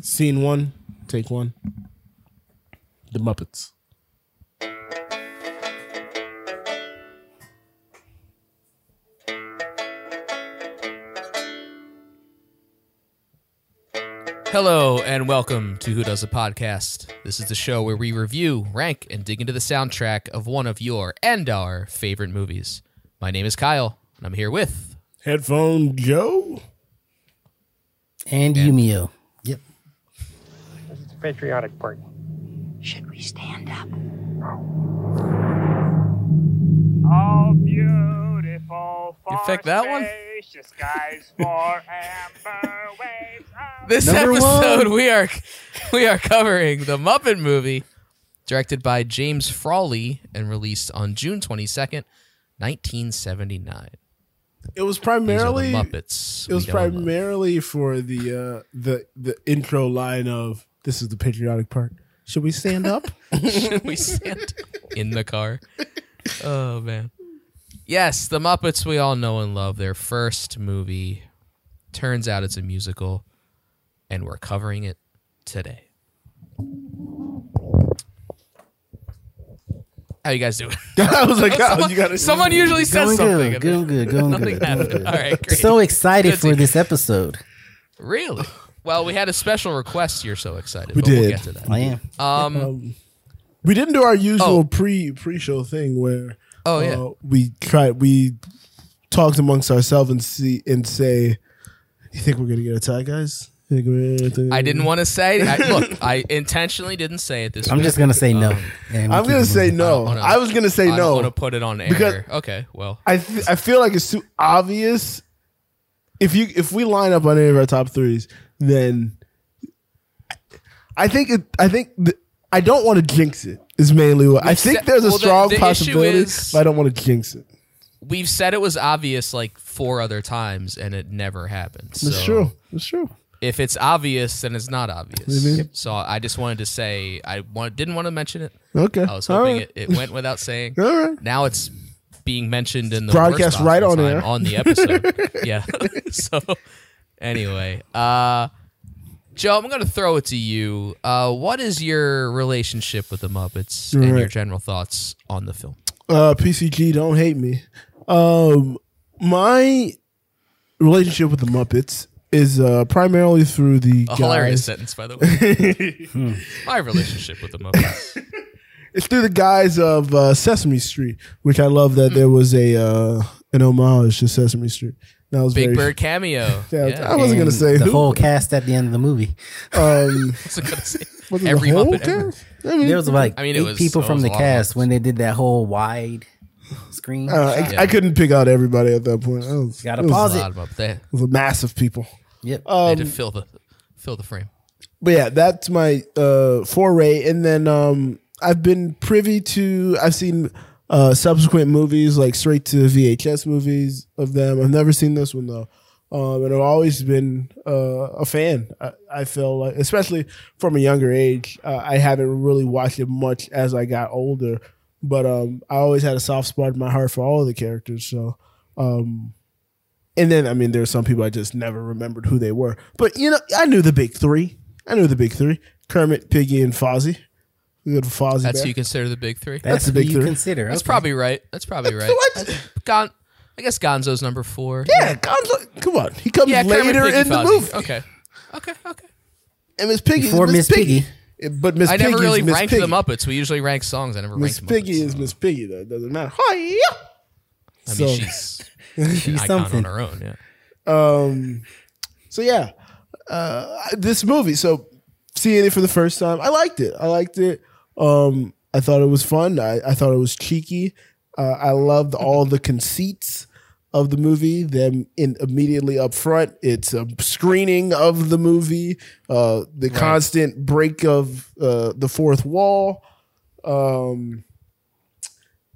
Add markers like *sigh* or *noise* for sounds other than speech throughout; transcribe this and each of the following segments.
Scene one, take one. The Muppets. Hello and welcome to Who Does a Podcast. This is the show where we review, rank, and dig into the soundtrack of one of your and our favorite movies. My name is Kyle, and I'm here with Headphone Joe. And Yumio. Yep. patriotic party. Should we stand up? All beautiful. You fake that one? Skies for amber waves of this Number episode. We are we are covering the Muppet movie, directed by James Frawley and released on June 22nd, 1979. It was These are the primarily Muppets. it was we know and love. primarily for the uh the the intro line of this is the patriotic part. Should we stand *laughs* up? *laughs* we stand in the car. Oh man. Yes, the Muppets we all know and love. Their first movie. Turns out it's a musical, and we're covering it today. How you guys doing? I was like, oh, someone, you gotta *laughs* someone usually says Going something. good, going good, going Nothing good. happened. Going good. All right, great. So excited Good for to- this episode. really? Well, we had a special request. You're so excited. We but We'll did. get to that. *laughs* I am. Um, Um, we didn't do our usual Oh. pre pre show thing where uh, Oh, yeah. we tried we talked amongst ourselves and see and say you think we're gonna get a tie guys Think we're gonna get a tie?" I didn't want to say. I, look, I intentionally didn't say it this. I'm week. just gonna say Um, no. and we I'm keep gonna it say moving. no wanna- I was gonna say I no don't want to put it on air. Because- okay, well, I th- I feel like it's too obvious if you if we line up on any of our top threes then I think it I think th- I don't want to jinx it is mainly what I think said- there's a well, the- strong the issue possibility is- but I don't want to jinx it we've said it was obvious like four other times, and it never happened. it's so true it's true If it's obvious, then it's not obvious. Mhm. So I just wanted to say I want, didn't want to mention it. okay I was hoping Alright. it, it went without saying. All right. Now it's being mentioned in the Broadcast worst right possible on time air. on the *laughs* episode. yeah. *laughs* so anyway, uh, Joe, I'm going to throw it to you. Uh, what is your relationship with the Muppets and your Right. general thoughts on the film? uh PCG don't hate me. Um my relationship with the Muppets is uh primarily through the A guys. hilarious sentence, by the way. *laughs* My relationship with the Muppets. It's through the guise of uh, Sesame Street, which I love that there was a uh an homage to Sesame Street. That was Big very, Bird cameo. *laughs* Yeah, I Yeah. *laughs* wasn't gonna And say the who. whole cast at the end of the movie. Um, What's it gonna say? *laughs* was it the Every whole Muppet. ever. cast? I mean, There was like I mean, it eight was- people it from was the a lot of ones. cast when they did that whole wide screen. uh, I, Yeah. I couldn't pick out everybody at that point. That was, Gotta it was- pause A it. lot of Muppet. They, it was a mass of people. yep. they Um, had to fill the fill the frame. but yeah, that's my uh, foray. And then um, I've been privy to, I've seen uh, subsequent movies, like straight to VHS movies of them. I've never seen this one though. Um, and I've always been uh, a fan. I, I feel like, especially from a younger age, uh, I haven't really watched it much as I got older. But um, I always had a soft spot in my heart for all of the characters. So and then I mean, there are some people I just never remembered who they were. But you know, I knew the big three. I knew the big three: Kermit, Piggy, and Fozzie. We got Fozzie That's back. who you consider the big three. That's the who big you three. consider. That's okay. probably right. That's probably right. what? Gon- I guess Gonzo's number four. yeah, Gonzo, come on. He comes Yeah, Kermit later Piggy in the Fozzie. movie. Okay. Okay, okay. And Miss Piggy Before is Miss Piggy. But Miss I Piggy never is really Miss ranked Piggy. the Muppets. We usually rank songs. I never Miss ranked Piggy Muppets. is Miss Piggy, though. It doesn't matter. Hi-ya! I so- mean, she's, she's an icon on something. her own. Yeah. Um, so yeah, uh, this movie. So seeing it for the first time, I liked it. I liked it. Um, I thought it was fun. I, I thought it was cheeky. Uh, I loved all the conceits of the movie. Them in immediately up front. It's a screening of the movie. Uh, the constant break of uh, the fourth wall. Um,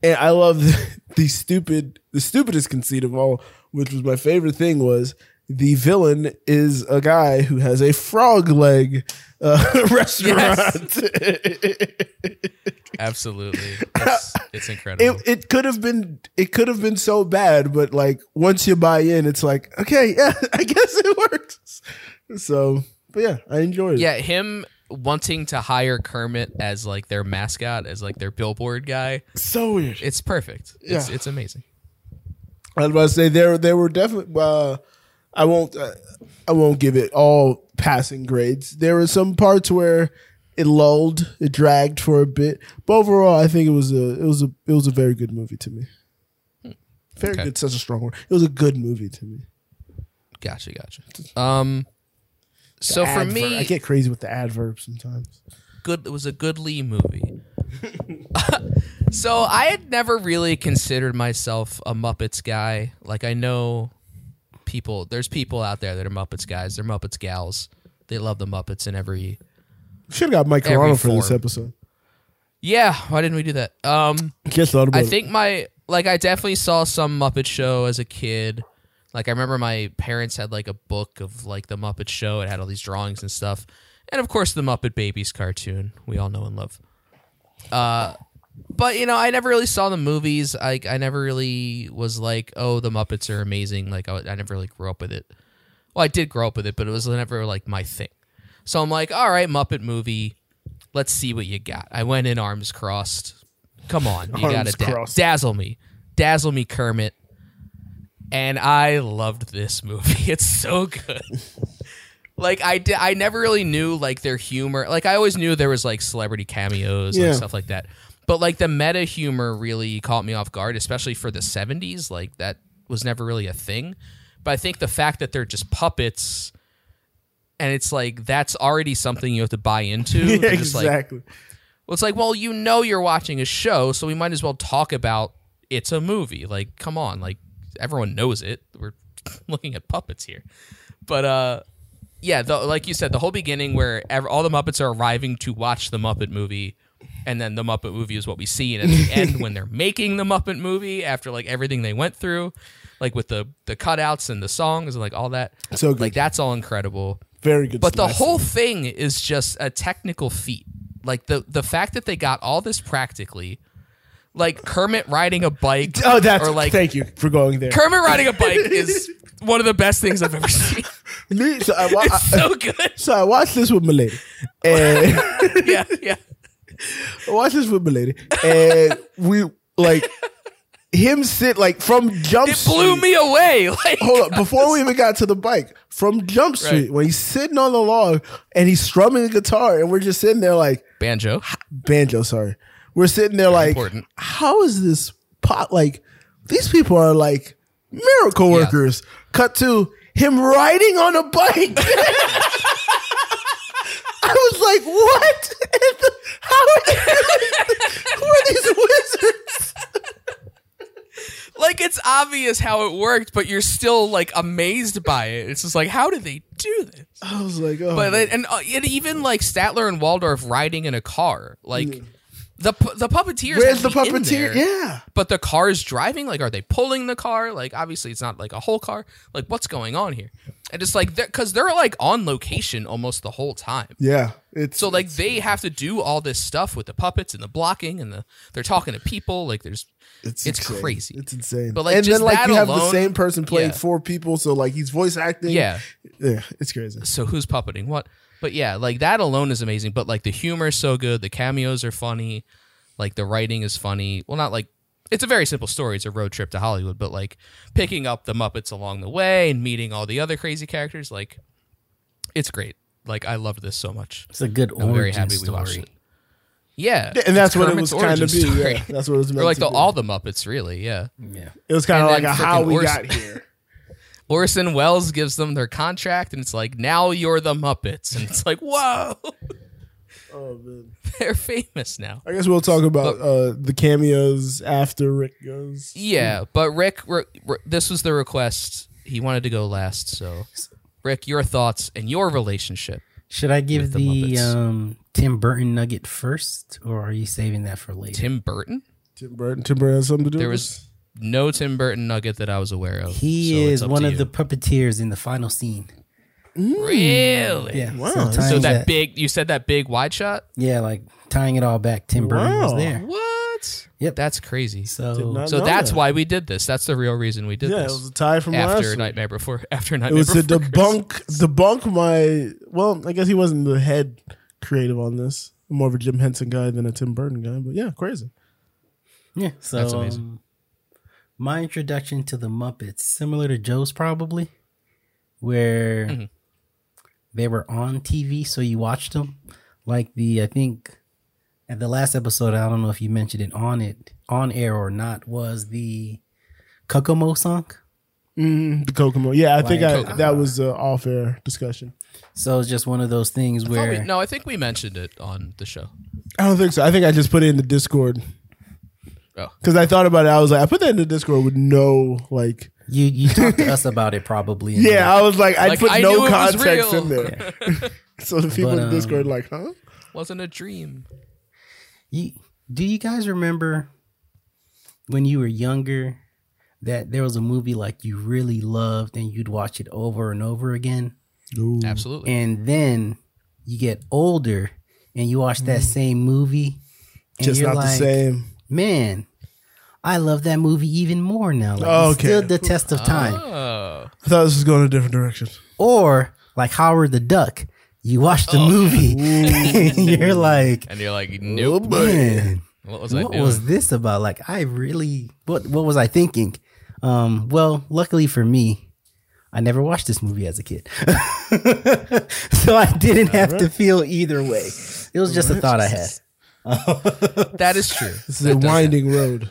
and I love *laughs* the, the stupid, the stupidest conceit of all, which was my favorite thing was the villain is a guy who has a frog leg uh, *laughs* restaurant. Absolutely. *laughs* It's, it's incredible. it it could have been it could have been so bad, but *laughs* like once you buy in, it's like okay, yeah, I guess it works. So But yeah, I enjoyed it. Yeah, him wanting to hire Kermit as like their mascot, as like their billboard guy. so weird. It's perfect. It's Yeah. it's amazing. I was about to say there there were definitely. Uh, I won't. Uh, I won't give it all passing grades. There were some parts where it lulled, it dragged for a bit, but overall, I think it was a it was a it was a very good movie to me. Very Okay. good, such a strong word. It was a good movie to me. Gotcha, gotcha. Um so for Adver- me I get crazy with the adverb sometimes. good it was a goodly movie. *laughs* so I had never really considered myself a Muppets guy. Like I know people there's people out there that are Muppets guys, they're Muppets gals. They love the Muppets in every Should have got Mike Every Carano for this form. episode. Yeah, why didn't we do that? Um Just thought about I it. *laughs* think my like I definitely saw some Muppet Show as a kid. Like I remember my parents had like a book of like the Muppet Show. It had all these drawings and stuff, and of course the Muppet Babies cartoon we all know and love. Uh, but you know I never really saw the movies. I I never really was like oh the Muppets are amazing. Like I, I never really grew up with it. Well, I did grow up with it, but it was never like my thing. So I'm like, all right, Muppet movie. Let's see what you got. I went in arms crossed. Come on, you got Arms to da- crossed. dazzle me, dazzle me, Kermit. And I loved this movie. *laughs* It's so good. like I di- I never really knew like their humor. Like I always knew there was like celebrity cameos Yeah. and stuff like that. But like the meta humor really caught me off guard, especially for the 70s. Like that was never really a thing. But I think the fact that they're just puppets and it's like that's already something you have to buy *laughs* into. yeah, They're just like, exactly. well, it's like, well, you know you're watching a show, so we might as well talk about it's a movie. Like, come on, like everyone knows it. We're *laughs* looking at puppets here. But uh yeah, the, like you said, the whole beginning where ev- all the Muppets are arriving to watch the Muppet movie, and then the Muppet movie is what we see, and at *laughs* the end when they're making the Muppet movie after like everything they went through, like with the the cutouts and the songs and like all that, so good. like that's all incredible. Very good. But the slice. whole thing is just a technical feat. Like the the fact that they got all this practically, like Kermit riding a bike. Oh, that's or like thank you for going there. Kermit riding *laughs* a bike is one of the best things I've ever seen. Me- so, I, wa- I- *laughs* It's so good. *laughs* so I watched this with my lady, and *laughs* I Yeah, yeah. watched this with my lady, and we like him sit like from jump. It blew Street- me away. *laughs* Like Hold up, before we even got to the bike, from Jump Street, when he's sitting on the log and he's strumming the guitar, and we're just sitting there like banjo. banjo. Sorry, we're sitting there like, Important. how is this pot? Like these people are like miracle workers. Cut to him riding on a bike. *laughs* I was like, what? how are, who are these wizards? Like it's obvious how it worked, but you're still like amazed by it. It's just like, how did they do this? I was like, oh, But then- and, uh, and even like Statler and Waldorf riding in a car, like the pu- the puppeteers. Mm. where's the had to be in puppeteer? there. Yeah. but the car is driving like are they pulling the car like obviously it's not like a whole car like what's going on here and it's like because they're like on location almost the whole time Yeah. It's so like they have to do all this stuff with the puppets and the blocking and the they're talking to people like there's it's, it's insane. crazy. It's insane. But, like, and just then like that you have the alone- same person playing yeah. four people, so like he's voice acting. yeah Yeah, it's crazy. so who's puppeting what but yeah like that alone is amazing but like the humor is so good the cameos are funny like the writing is funny well not like it's a very simple story it's a road trip to hollywood but like picking up the muppets along the way and meeting all the other crazy characters like it's great like i loved this so much It's a good i'm origin very happy we story. watched it yeah And that's it's what it was Kermit's kind of be. origin story. Yeah, that's what it was meant *laughs* or like to the, be. all the muppets really yeah Yeah. It was kind of and like then a how frickin' we Orson- got here. *laughs* Orson Welles gives them their contract, and it's like, now you're the Muppets. And it's like, whoa, Oh man. they're famous now. I guess we'll talk about uh, the cameos after Rick goes. Yeah, but Rick, Rick, Rick- this was the request. He wanted to go last, so Rick, your thoughts and your relationship. Should I give With the the, Muppets. um, Tim Burton nugget first, or are you saving that for later? Tim Burton? Tim Burton. Tim Burton has something to do. There with was no Tim Burton nugget that I was aware of. he so it's is up one to of you. the puppeteers in the final scene. really. Yeah. Wow. So So, So tying that big, you said that big wide shot. Yeah, like tying it all back. Tim Burton was Wow. there. What? What? Yep. That's crazy. So, Did So not know that's that. why we did this. That's the real reason we did Yeah, it was this. a tie from last After week. Nightmare Before *laughs* After Nightmare It was to Before Christmas. debunk debunk my. Well, I guess he wasn't the head creative on this. More of a Jim Henson guy than a Tim Burton guy, but yeah, crazy. yeah, so That's amazing. um, my introduction to the Muppets, similar to Joe's probably, where Mm-hmm. they were on TV, so you watched them. Like the I think at the last episode, I don't know if you mentioned it on it on air or not, was the Kokomo song. Mm, the Kokomo. Yeah, I think I, Kokomo. that was an off air discussion. So it's just one of those things Oh, where wait, no, I think we mentioned it on the show. I don't think so. I think I just put it in the Discord Oh, because I thought about it. I was like, I put that in the Discord with no like. you you talked to us about *laughs* it probably. and Yeah, I was like, I Like, put I knew it no was context real. in there. *laughs* so the people But, in the Discord um, like, huh? wasn't a dream. You, do you guys remember when you were younger that there was a movie like you really loved and you'd watch it over and over again? Absolutely. And then you get older and you watch that same movie and Mm. Just you're not the like, same. man, I love that movie even more now. Like Oh, it's okay. still the test of time. Oh, I thought this was going a different direction. Or like Howard the Duck, you watch the movie *laughs* and you're like, and you're like, nope. man. What was I what doing? was this about? Like, I really what what was I thinking? Um, well, luckily for me, I never watched this movie as a kid, *laughs* so I didn't have to feel either way. It was just a thought I had. *laughs* that is true. This is a winding *laughs* road.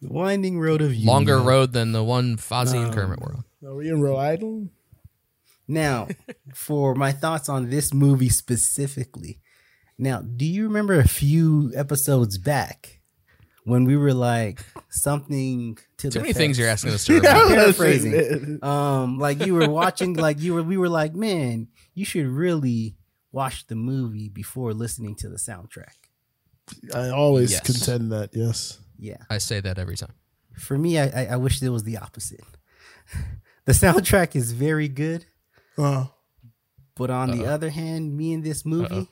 Winding road of you. longer road than the one Fozzie and Kermit were on. Are we in Rhode *laughs* Island? Now, for my thoughts on this movie specifically. Now, do you remember a few episodes back when we were like something Too to the many fact- things you're asking us *laughs* to remember. paraphrasing. Um, like you were watching, like you were, we were like, man, you should really watch the movie before listening to the soundtrack. I always Yes. contend that, yes. Yeah, I say that every time. for me, I I, I wish there was the opposite. *laughs* the soundtrack is very good, Uh, but on the other hand, me and this movie,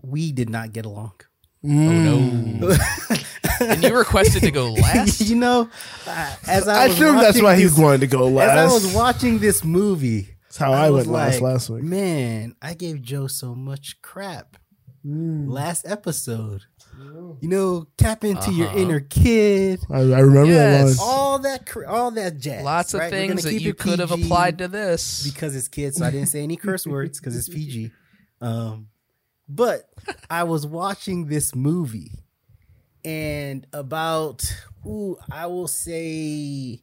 we did not get along. *laughs* Mm. Oh no! *laughs* and you requested to go last. you know, uh, as I, I was assume that's watching why he's this- going to go last. As I was watching this movie, That's Oh, how I, was went last like, last week. Man, I gave Joe so much crap last episode. You know, tap into Uh-huh. your inner kid. I, I remember Yes. that line. All that, cr- all that jazz. Lots of right? We're things gonna that keep you it could have PG applied to this. because it's kids. So I didn't say any curse words because it's PG. Um, but I was watching this movie, and about ooh, I will say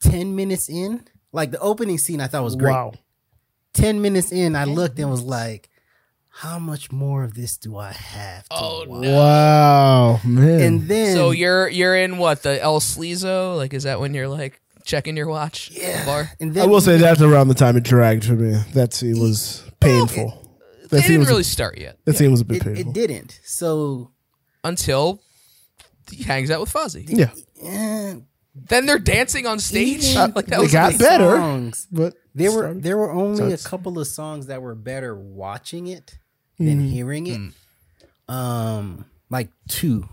ten minutes in, like the opening scene, I thought was great. Wow. 10 minutes in, I looked and was like, how much more of this do I have? To Oh, watch? Wow, man. And then, So you're you're in what the El Slizo? Like, is that when you're like checking your watch? Yeah. Bar? and I then will say that's around the time it dragged for me. That scene was painful. They That scene didn't was, really start yet that scene was a bit Oh, it, painful. it didn't. So, until he hangs out with Fozzie. Yeah. eh, Then they're dancing on stage. even *laughs* Like that They was got the better. songs, But there were Sorry. there were only a Sounds- couple of songs that were better watching it than Mm-hmm. hearing it. Mm. Um, like two.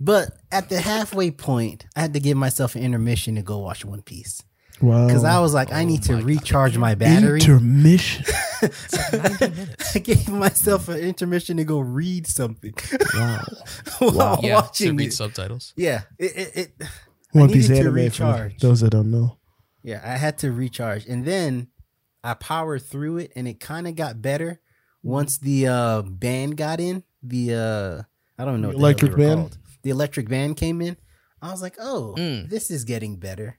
But at the halfway point, I had to give myself an intermission to go watch One Piece wow. because I was like, I need Oh to recharge E my battery. *laughs* Intermission. I gave myself an intermission to go read something *laughs* Wow. while *laughs* yeah, to watching read it. subtitles. Yeah, it, it, it. One Piece needed to anime for recharge. those that don't *laughs* know. Yeah, I had to recharge, and then I powered through it, and it kind of got better once the uh, band got in. The uh, I don't know what the hell they Electric were band? called. The electric band came in. I was like, oh, Mm. this is getting better.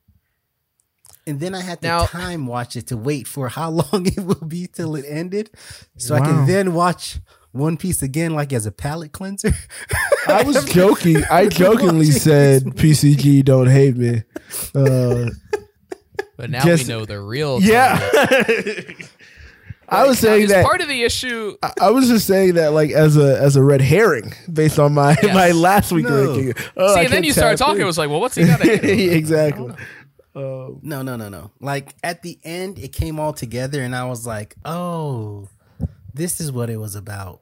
And then I had to Now- time watch it to wait for how *laughs* long it will be till it ended, so I Wow. can then watch One Piece again, like as a palate cleanser. I was joking. *laughs* I jokingly said PCG don't hate me. Uh, But now Just- we know the real. yeah. *laughs* I was saying It's that part of the issue. I- I was just saying that like as a as a red herring based on my Yes. my last week No. ranking. Oh, See, I and then can't you started tap talking. in. It was like, well, what's he got? *laughs* to hate? exactly. No, no, no, no. Like at the end, it came all together, and I was like, "Oh, this is what it was about."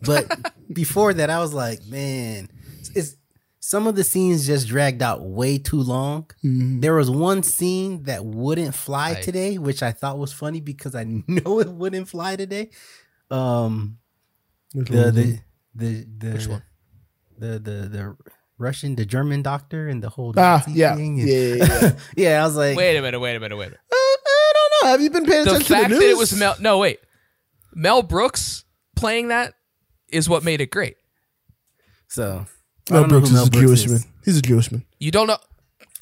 But *laughs* before that, I was like, man, it's some of the scenes just dragged out way too long. Mm-hmm. There was one scene that wouldn't fly Right. today, which I thought was funny because I *laughs* know it wouldn't fly today. Um, Mm-hmm. the the the, the Which one? The the the Russian, the German doctor, and the whole ah, Nazi yeah, thing yeah, and- yeah, yeah. *laughs* Uh, yeah, I was like, Wait a minute, wait a minute, wait a minute. I don't know. Have you been paying the attention fact to the news? that it was Mel. No, wait. Mel Brooks playing that is what made it great. so I Mel don't know Brooks who is a Jewish is. man. He's a Jewish man. You don't know.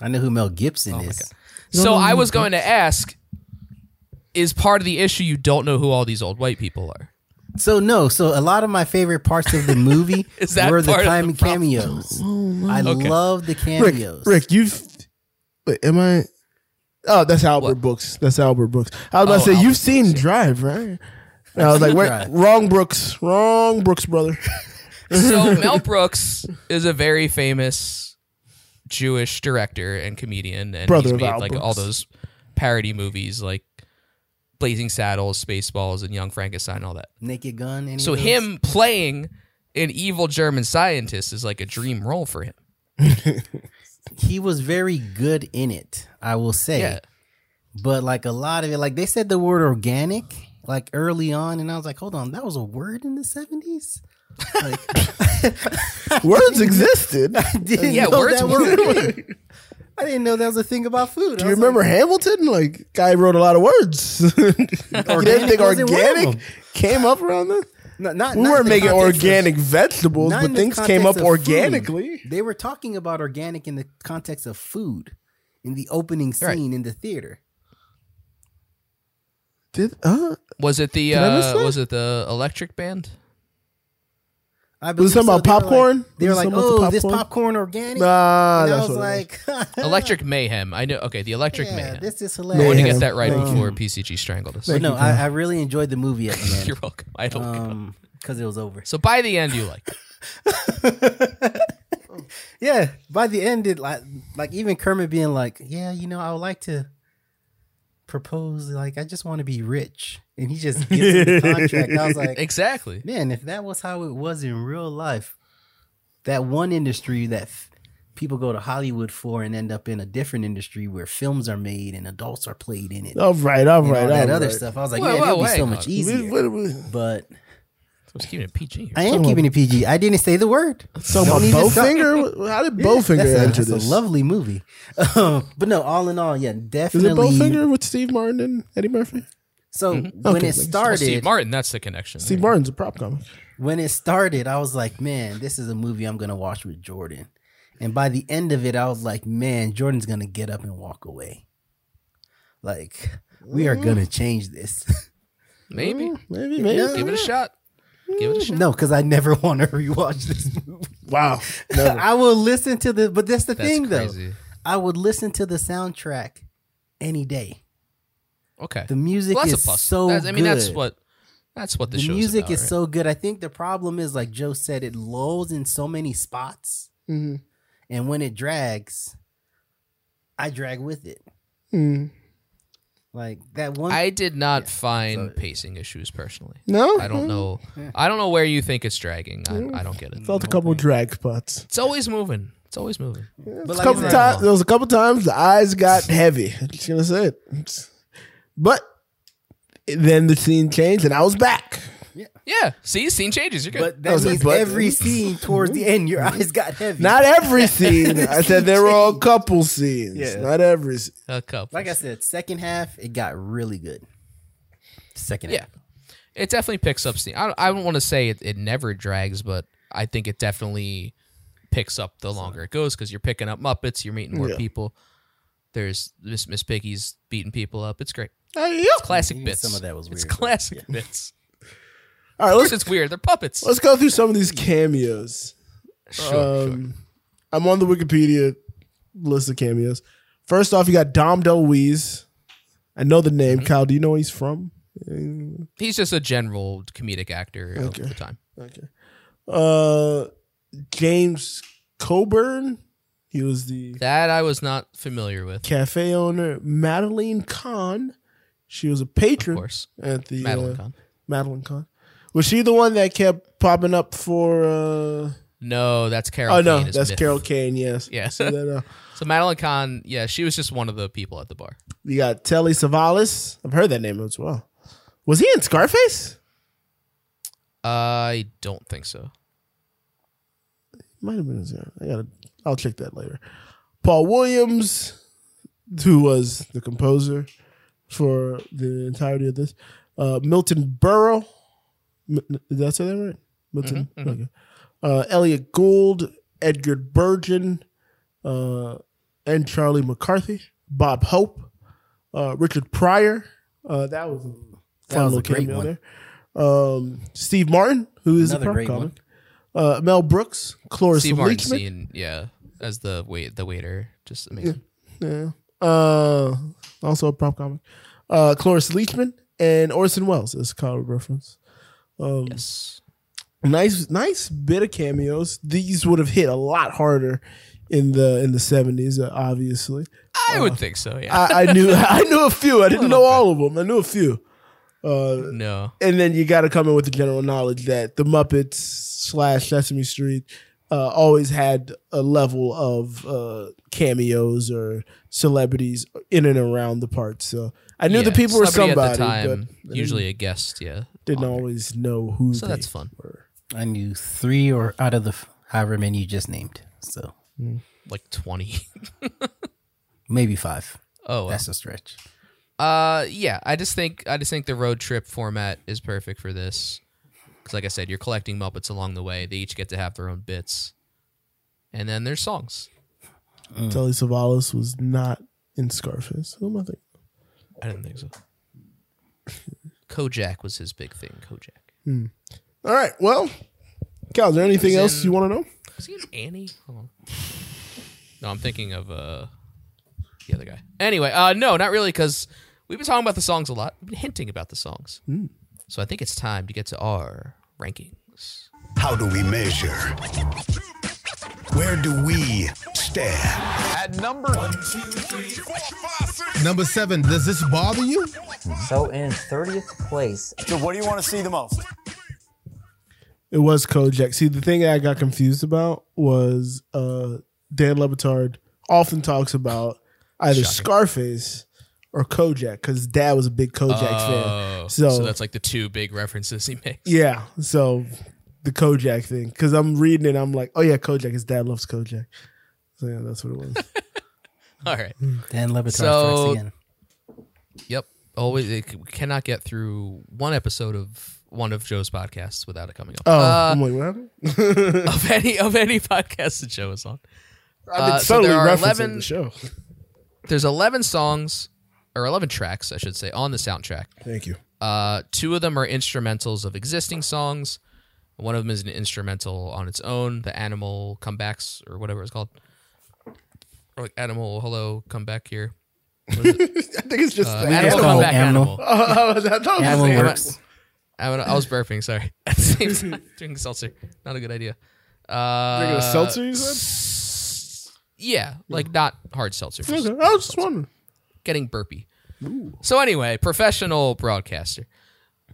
I know who Mel Gibson Oh my is. God. So I was going to ask: Is part of the issue you don't know who all these old white people are? So no, so a lot of my favorite parts of the movie *laughs* Is that were the, part of cam- the problem? Oh, cameos. I Okay. love the Rick, cameos. Rick, you've. Wait, am I? Oh, that's Albert What? Brooks. That's Albert Brooks. I was about Oh, to say Albert you've seen Brooks, yeah. Drive, right? And I was like, seen wait, Drive. wrong Brooks, wrong Brooks brother. So *laughs* Mel Brooks is a very famous Jewish director and comedian, and Brother he's of made Al like Brooks. all those parody movies like Blazing Saddles, Spaceballs, and Young Frankenstein, all that. Naked Gun. Any So of those? him playing an evil German scientist is like a dream role for him. he was very good in it. I will say, Yeah. but like a lot of it, like they said the word organic like early on, and I was like, hold on, that was a word in the seventies. *laughs* Like, Words existed. I didn't Yeah, know words that were was a thing. *laughs* I didn't know that was a thing about food. Do I you was remember like, Hamilton? Like, guy wrote a lot of words. *laughs* you didn't think wasn't one of organic them. came up around this? No, not, We not weren't the making context of- organic vegetables, not in but the things came up context of food. organically. They were talking about organic in the context of food in the opening scene Right. in the theater. Did uh? Was it the Did I miss uh, that? was it the Electric Band? I Was it believe something about They were like- popcorn? They were Was it like, something "Oh, about this popcorn?" popcorn Nah, organic." and I that's was what it like, *laughs* Electric Mayhem. I know. Okay, the Electric yeah, Mayhem. "This is I want to hilarious." get that right Thank you. before PCG strangled us. But no, I, I really enjoyed *laughs* the movie at the You're welcome. I end, don't. um, because it was over. so by the end, you like. *laughs* it. Yeah, by the end, it like like even Kermit being like, "Yeah, you know, I would like to propose. Like, I just want to be rich," and he just gives him the contract. I *laughs* was like, Exactly. Man, if that was how it was in real life, that one industry that f- people go to Hollywood for and end up in a different industry where films are made and adults are played in it. All right, all and Oh, right, all all that right. other stuff. I was like, Whoa, yeah, that whoa, would be wait, so hold much on. We- we- easier. we- But I was keeping it PG. I am keeping it PG. I didn't say the word. So Don't about even talk- Bowfinger? How did *laughs* Yeah, Bowfinger that's a, enter that's this? a lovely movie. *laughs* Um, but no, all in all, yeah, Is it definitely. Bowfinger with Steve Martin and Eddie Murphy? So when Okay, it thanks. Oh, Steve started, Martin. That's the connection. Steve Martin's a prop comic. when it started, I was like, man, this is a movie I'm going to watch with Jordan. And by the end of it, I was like, man, Jordan's going to get up and walk away. Like, we are going to change this. *laughs* Maybe. Mm-hmm. Mm, maybe, maybe. Yeah. Give it a shot. Give it a shot. no, because I never *laughs* want to rewatch this movie. Wow. Never. I will listen to the, but that's the That's thing crazy. though. I would listen to the soundtrack any day. Okay. The music Well, that's is a plus. so That's- I mean, that's good. what. That's what the, the show's music about, is right? so good. I think the problem is, like Joe said, it lulls in so many spots, Mhm. and when it drags, I drag with it. Hmm. Mm. Like that one. I did not find so- pacing issues personally. No, I don't Mm. *laughs* know. I don't know where you think it's dragging. I, I don't get it. Felt a couple drag spots. It's always moving. It's always moving. It's like a couple I said- times. There was a couple times the eyes got heavy. I'm just gonna say it. It's- But then the scene changed, and I was back. Yeah. See, scene changes. You're good. but I that was like, means but- *laughs* every scene towards the end, your eyes got *laughs* heavy. Not every scene. I said there were all couple scenes. Yeah. Not every. Scene. a couple. like I said, second half it got really good. Second Yeah. half, it definitely picks up steam. I don't, I don't want to say it, it never drags, but I think it definitely picks up the longer it goes because you're picking up Muppets, you're meeting more Yeah. people. There's Miss Miss Piggy's beating people up. It's great. Hey, yo. It's classic Even bits. some of that was It's weird, but classic bits. All right, Of course, let's it's weird. They're puppets. let's go through some of these cameos. *laughs* Oh, Sure, sure. Um, I'm on the Wikipedia list of cameos. First off, you got Dom DeLuise. I know the name. Mm-hmm. Kyle, do you know where he's from? He's just a general comedic actor of the time. Uh, James Coburn. He was the That I was not familiar with, cafe owner. Madeline Kahn. She was a of patron course. at the Madeline uh, Kahn. Madeline Kahn. Was she the one that kept popping up for? uh No, that's Carol. Oh no, Kane is that's Myth. Carol Kane. Yes. Yeah. So then, uh, So Madeline Kahn, yeah, she was just one of the people at the bar. you got Telly Savalas. I've heard that name as well. Was he in Scarface? I don't think so. Might have been in Scarface. I gotta. I'll check that later. Paul Williams, who was the composer for the entirety of this, uh, Milton Burrow. M- Did I say that right? Milton. Mm-hmm, Okay. Uh, Elliot Gould, Edgar Bergen, uh, and Charlie McCarthy, Bob Hope, uh, Richard Pryor. Uh, that was a fun That was a little great cameo one. there. Um, Steve Martin, who is Another a prop great comic. one. Uh, Mel Brooks, Cloris Steve Martin Leachman. scene, yeah, as the wait the waiter, just amazing. Yeah. Uh, also a prop comic. Uh, Cloris Leachman and Orson Welles is a reference. Um, Yes, Nice, nice bit of cameos. These would have hit a lot harder in the in the seventies. Uh, obviously, I would think so. Yeah, I, I knew *laughs* I knew a few. I didn't know all of them. I knew a few. Uh, no, and then you got to come in with the general knowledge that the Muppets slash Sesame Street uh, always had a level of uh, cameos or celebrities in and around the parts. So I knew Yeah, the people were celebrity somebody, at the time. but I usually a guest. Yeah, didn't, author. didn't always know who. So they that's fun. Were. I knew three or out of the f- however many you just named. So like twenty. *laughs* maybe five. Oh, well. That's a stretch. uh, yeah. I just think I just think the road trip format is perfect for this because, like I said, you're collecting Muppets along the way. They each get to have their own bits, and then there's songs. Mm. Telly Savalas was not in Scarface. Who am I thinking? I didn't think so. Kojak was his big thing. Kojak All right. Well, Cal, is there anything He's else in- you want to know? was he in Annie? Hold on. No, I'm thinking of uh the other guy. Anyway, uh no, not really, because we've been talking about the songs a lot. We've been hinting about the songs, Hmm. so I think it's time to get to our rankings. How do we measure? Where do we stand? At number Number seven, does this bother you? So in 30th place, So what do you want to see the most? It was Kojak. See, the thing I got confused about was uh, Dan Levitard often talks about either Scarface or Kojak because Dad was a big Kojak fan. So, Oh, that's like the two big references he makes. *laughs* yeah, so the Kojak thing because I'm reading it, I'm like, oh yeah, Kojak. His dad loves Kojak. So yeah, that's what it was. All right. Hmm. Dan Levitar So- starts again. Yep. Always it c- cannot get through one episode of one of Joe's podcasts without it coming up. Oh, Uh, I'm like, what happened? *laughs* of any of any podcast that Joe is on. Oh. I've been uh, so there totally are referencing 11 the show. There's 11 songs or 11 tracks, I should say, on the soundtrack. Thank you. Uh, two of them are instrumentals of existing songs. One of them is an instrumental on its own, the animal comebacks or whatever it's called. Or like animal, hello, come back here. I think it's just Uh, the animal, animal. come Animal, back, animal. *laughs* animal. I was- I thought it was That the one animal. works. I, would- I was burping, sorry. *laughs* At the same time, drinking seltzer. Not a good idea. Uh, Drinking a seltzer, you said? s- Yeah, like not hard seltzer. just Okay, I was just wondering. getting burpy. So anyway, professional broadcaster.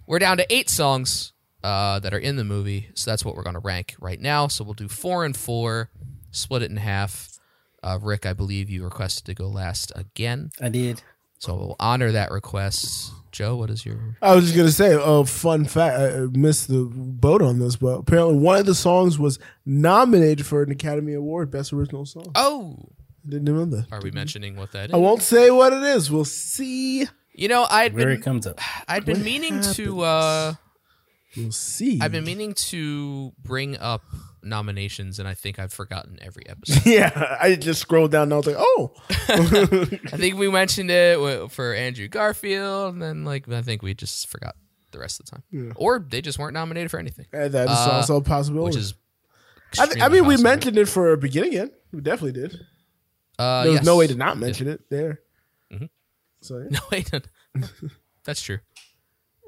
We're down to eight songs uh, that are in the movie, so that's what we're going to rank right now. So we'll do four and four, split it in half. Uh, Rick, I believe you requested to go last again, I did. so we'll honor that request. Joe, what is your? I was just gonna say, uh, fun fact. I I missed the boat on this, but apparently one of the songs was nominated for an Academy Award Best Original Song. Oh, Didn't know that. are we mentioning what that I is? won't say what it is. We'll see. You know, I'd Where it been comes up. I'd been meaning to uh, We'll see. I've been meaning to bring up nominations, and I think I've forgotten every *laughs* episode. yeah, I just scrolled down and I was like, oh, I think we mentioned it wi- for Andrew Garfield, and then like I think we just forgot the rest of the time, or they just weren't nominated for anything, and that is Uh, also a possibility. which is. I, th- I mean, we mentioned it for beginning it. We definitely did. Uh, There was yes. Mm-hmm. no way to not mention it there. So yeah, *laughs* No way to. That's true.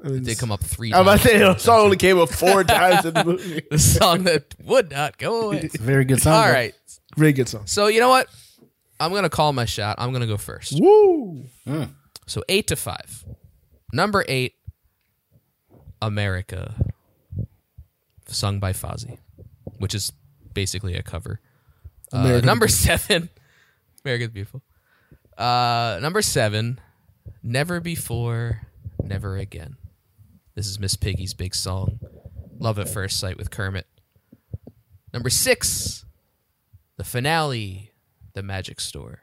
I mean, *laughs* *laughs* It did come up three. I'm about times. *laughs* to say the song only came up four *laughs* times in the movie. the song that would not *laughs* go away. It's a very good song. All though. right, Very good song. so you know what? I'm gonna call my shot. I'm gonna go first. Woo! So eight to five. Number eight, America sung by Fozzy, which is basically a cover. Uh, American number seven, *laughs* America's Beautiful. Uh, number seven, Never Before, Never Again. This is Miss Piggy's big song, Love at First Sight with Kermit. Number six, the finale, The Magic Store.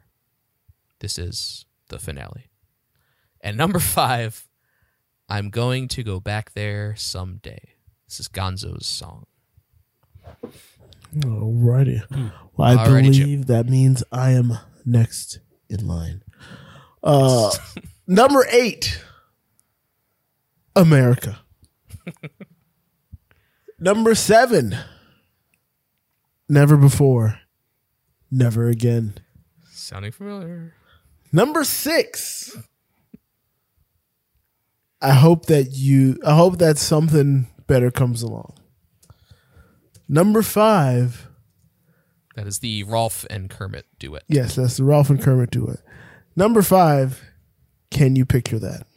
This is the finale. And number *laughs* five, I'm going to go back there someday. This is Gonzo's song. Alrighty. Hmm. Well, I Alrighty, Jim. believe that means I am next in line. *laughs* Uh, number eight, America. *laughs* number seven, never before, never again. Sounding familiar. Number six. I hope that you. I hope that something better comes along. Number five. That is the Rolf and Kermit duet. Yes, that's the Ralph and Kermit do it. Number five, can you picture that?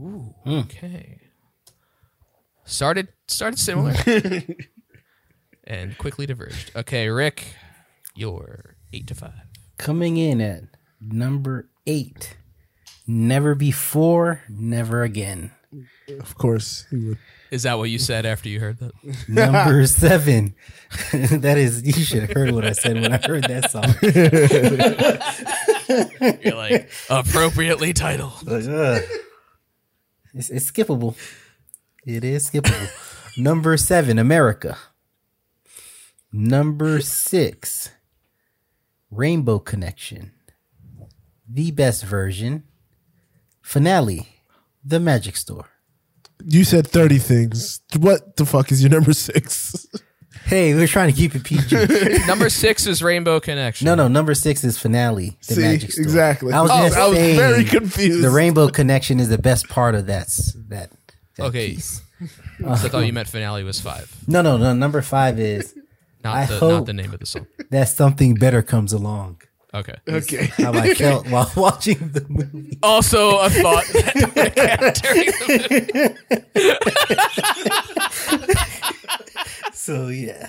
Ooh, okay. Started started *laughs* similar and quickly diverged. Okay, Rick, you're eight to five. Coming in at number eight, never before, *laughs* never again. Of course, he would. Is that what you said after you heard that? Number seven, *laughs* that is you should have heard what I said when I heard *laughs* that song. *laughs* You're like appropriately titled. Like, uh. ugh. It's, it's skippable. It is skippable. Number seven, America. Number six, Rainbow Connection. The best version. Finale, The Magic Store. You said thirty things. What the fuck is your number six? *laughs* Hey, we're trying to keep it *laughs* PG. Number six is Rainbow Connection. no, no, number six is Finale, The See, Magic Store. exactly. I was, Oh, just I was saying, very confused. The Rainbow Connection is the best part of that, s- that, that Okay. piece. So I thought you meant finale was five. No, no, no. Number five is I Not the not hope- the name of the song. that something better comes along. *laughs* Okay. Okay. How *laughs* I felt while watching the movie. Also a thought *laughs* that during the movie. So yeah.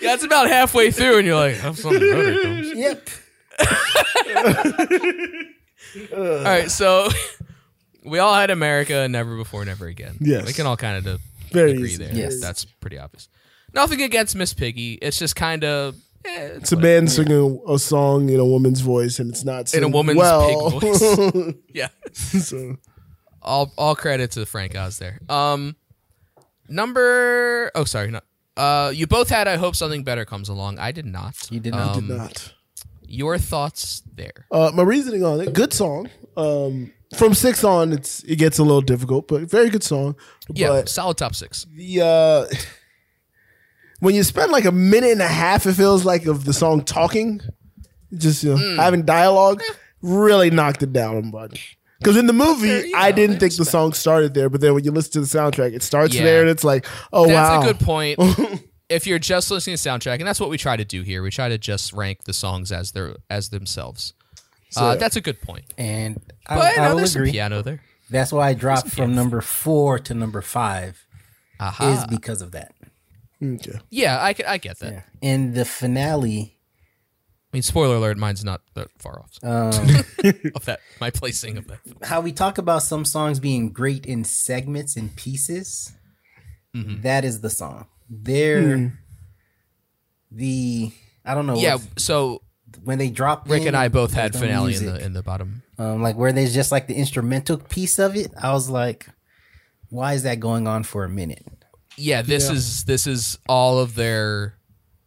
Yeah, it's about halfway through and you're like, I'm something better comes. *laughs* Yep. All right, so *laughs* we all had America and never before, never again. Yes. we can all kind of Very agree easy. there. Yes. that's pretty obvious. Nothing against Miss Piggy. It's just kind of eh, It's a man singing a song in a woman's voice, and it's not in a sung woman's well. *laughs* pig voice. Mm. yeah, *laughs* so, all all credit to Frank Oz there. Um, number oh sorry, not uh, you both had. I hope something better comes along. I did not. You did not. Um, not. Your thoughts there? Uh, my reasoning on it, good song. Um, from six on, it's it gets a little difficult, but very good song. Yeah, But solid top six. the uh, *laughs* when you spend like a minute and a half, it feels like of the song talking, just you know, Mm. having dialogue, really knocked it down a bunch. Because in the There movie, you I go. didn't think the song started there, but then when you listen to the soundtrack, it starts Yeah. there, and it's like, oh That's wow, a good point. *laughs* if you're just listening to soundtrack, and that's what we try to do here, we try to just rank the songs as their as themselves. uh, that's a good point. And But I, I no, will there's some agree. piano there. That's why I dropped from number four to number five Ah. is because of that. Mm, Okay. Yeah, I, ca- I get that. Yeah. And the finale, I mean, spoiler alert, mine's not that far off Uh, *laughs* um, of that. My placing of that. how we talk about some songs being great in segments and pieces, Mm-hmm. that is the song. They're Hmm. the I don't know Yeah, if- so when they drop Rick and I both had finale finale in the in the bottom. um, like where there's just like the instrumental piece of it. I was like, why is that going on for a minute? Yeah, this is this is all of their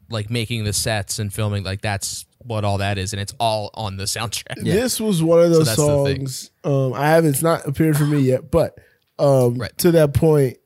like making the sets and filming. Like that's what all that is, and it's all on the soundtrack. This was one of those that's the thing. songs. Um, I haven't. It's not appeared for me yet, but um, Right. to that point,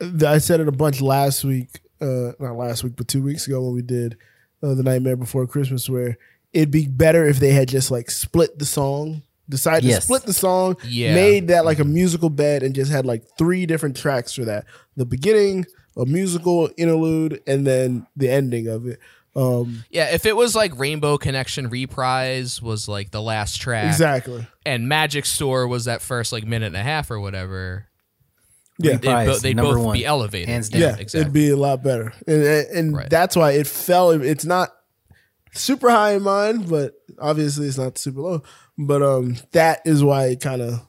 th- I said it a bunch last week. Uh, not last week, but two weeks ago when we did uh, the Nightmare Before Christmas, where it'd be better if they had just like split the song, decided Yes. to split the song, Yeah. Mm-hmm. made that like a musical bed, and just had like three different tracks for that: the beginning, a musical interlude, and then the ending of it. Um, Yeah, if it was like Rainbow Connection Reprise was like the last track, exactly. and Magic Store was that first like minute and a half or whatever, Yeah. They'd, bo- Prize, they'd number both one. be elevated. Hands down. Yeah, exactly. it'd be a lot better, and, and- and Right. that's why it fell. It's not super high in mine, but obviously it's not super low. But um, that is why it kind of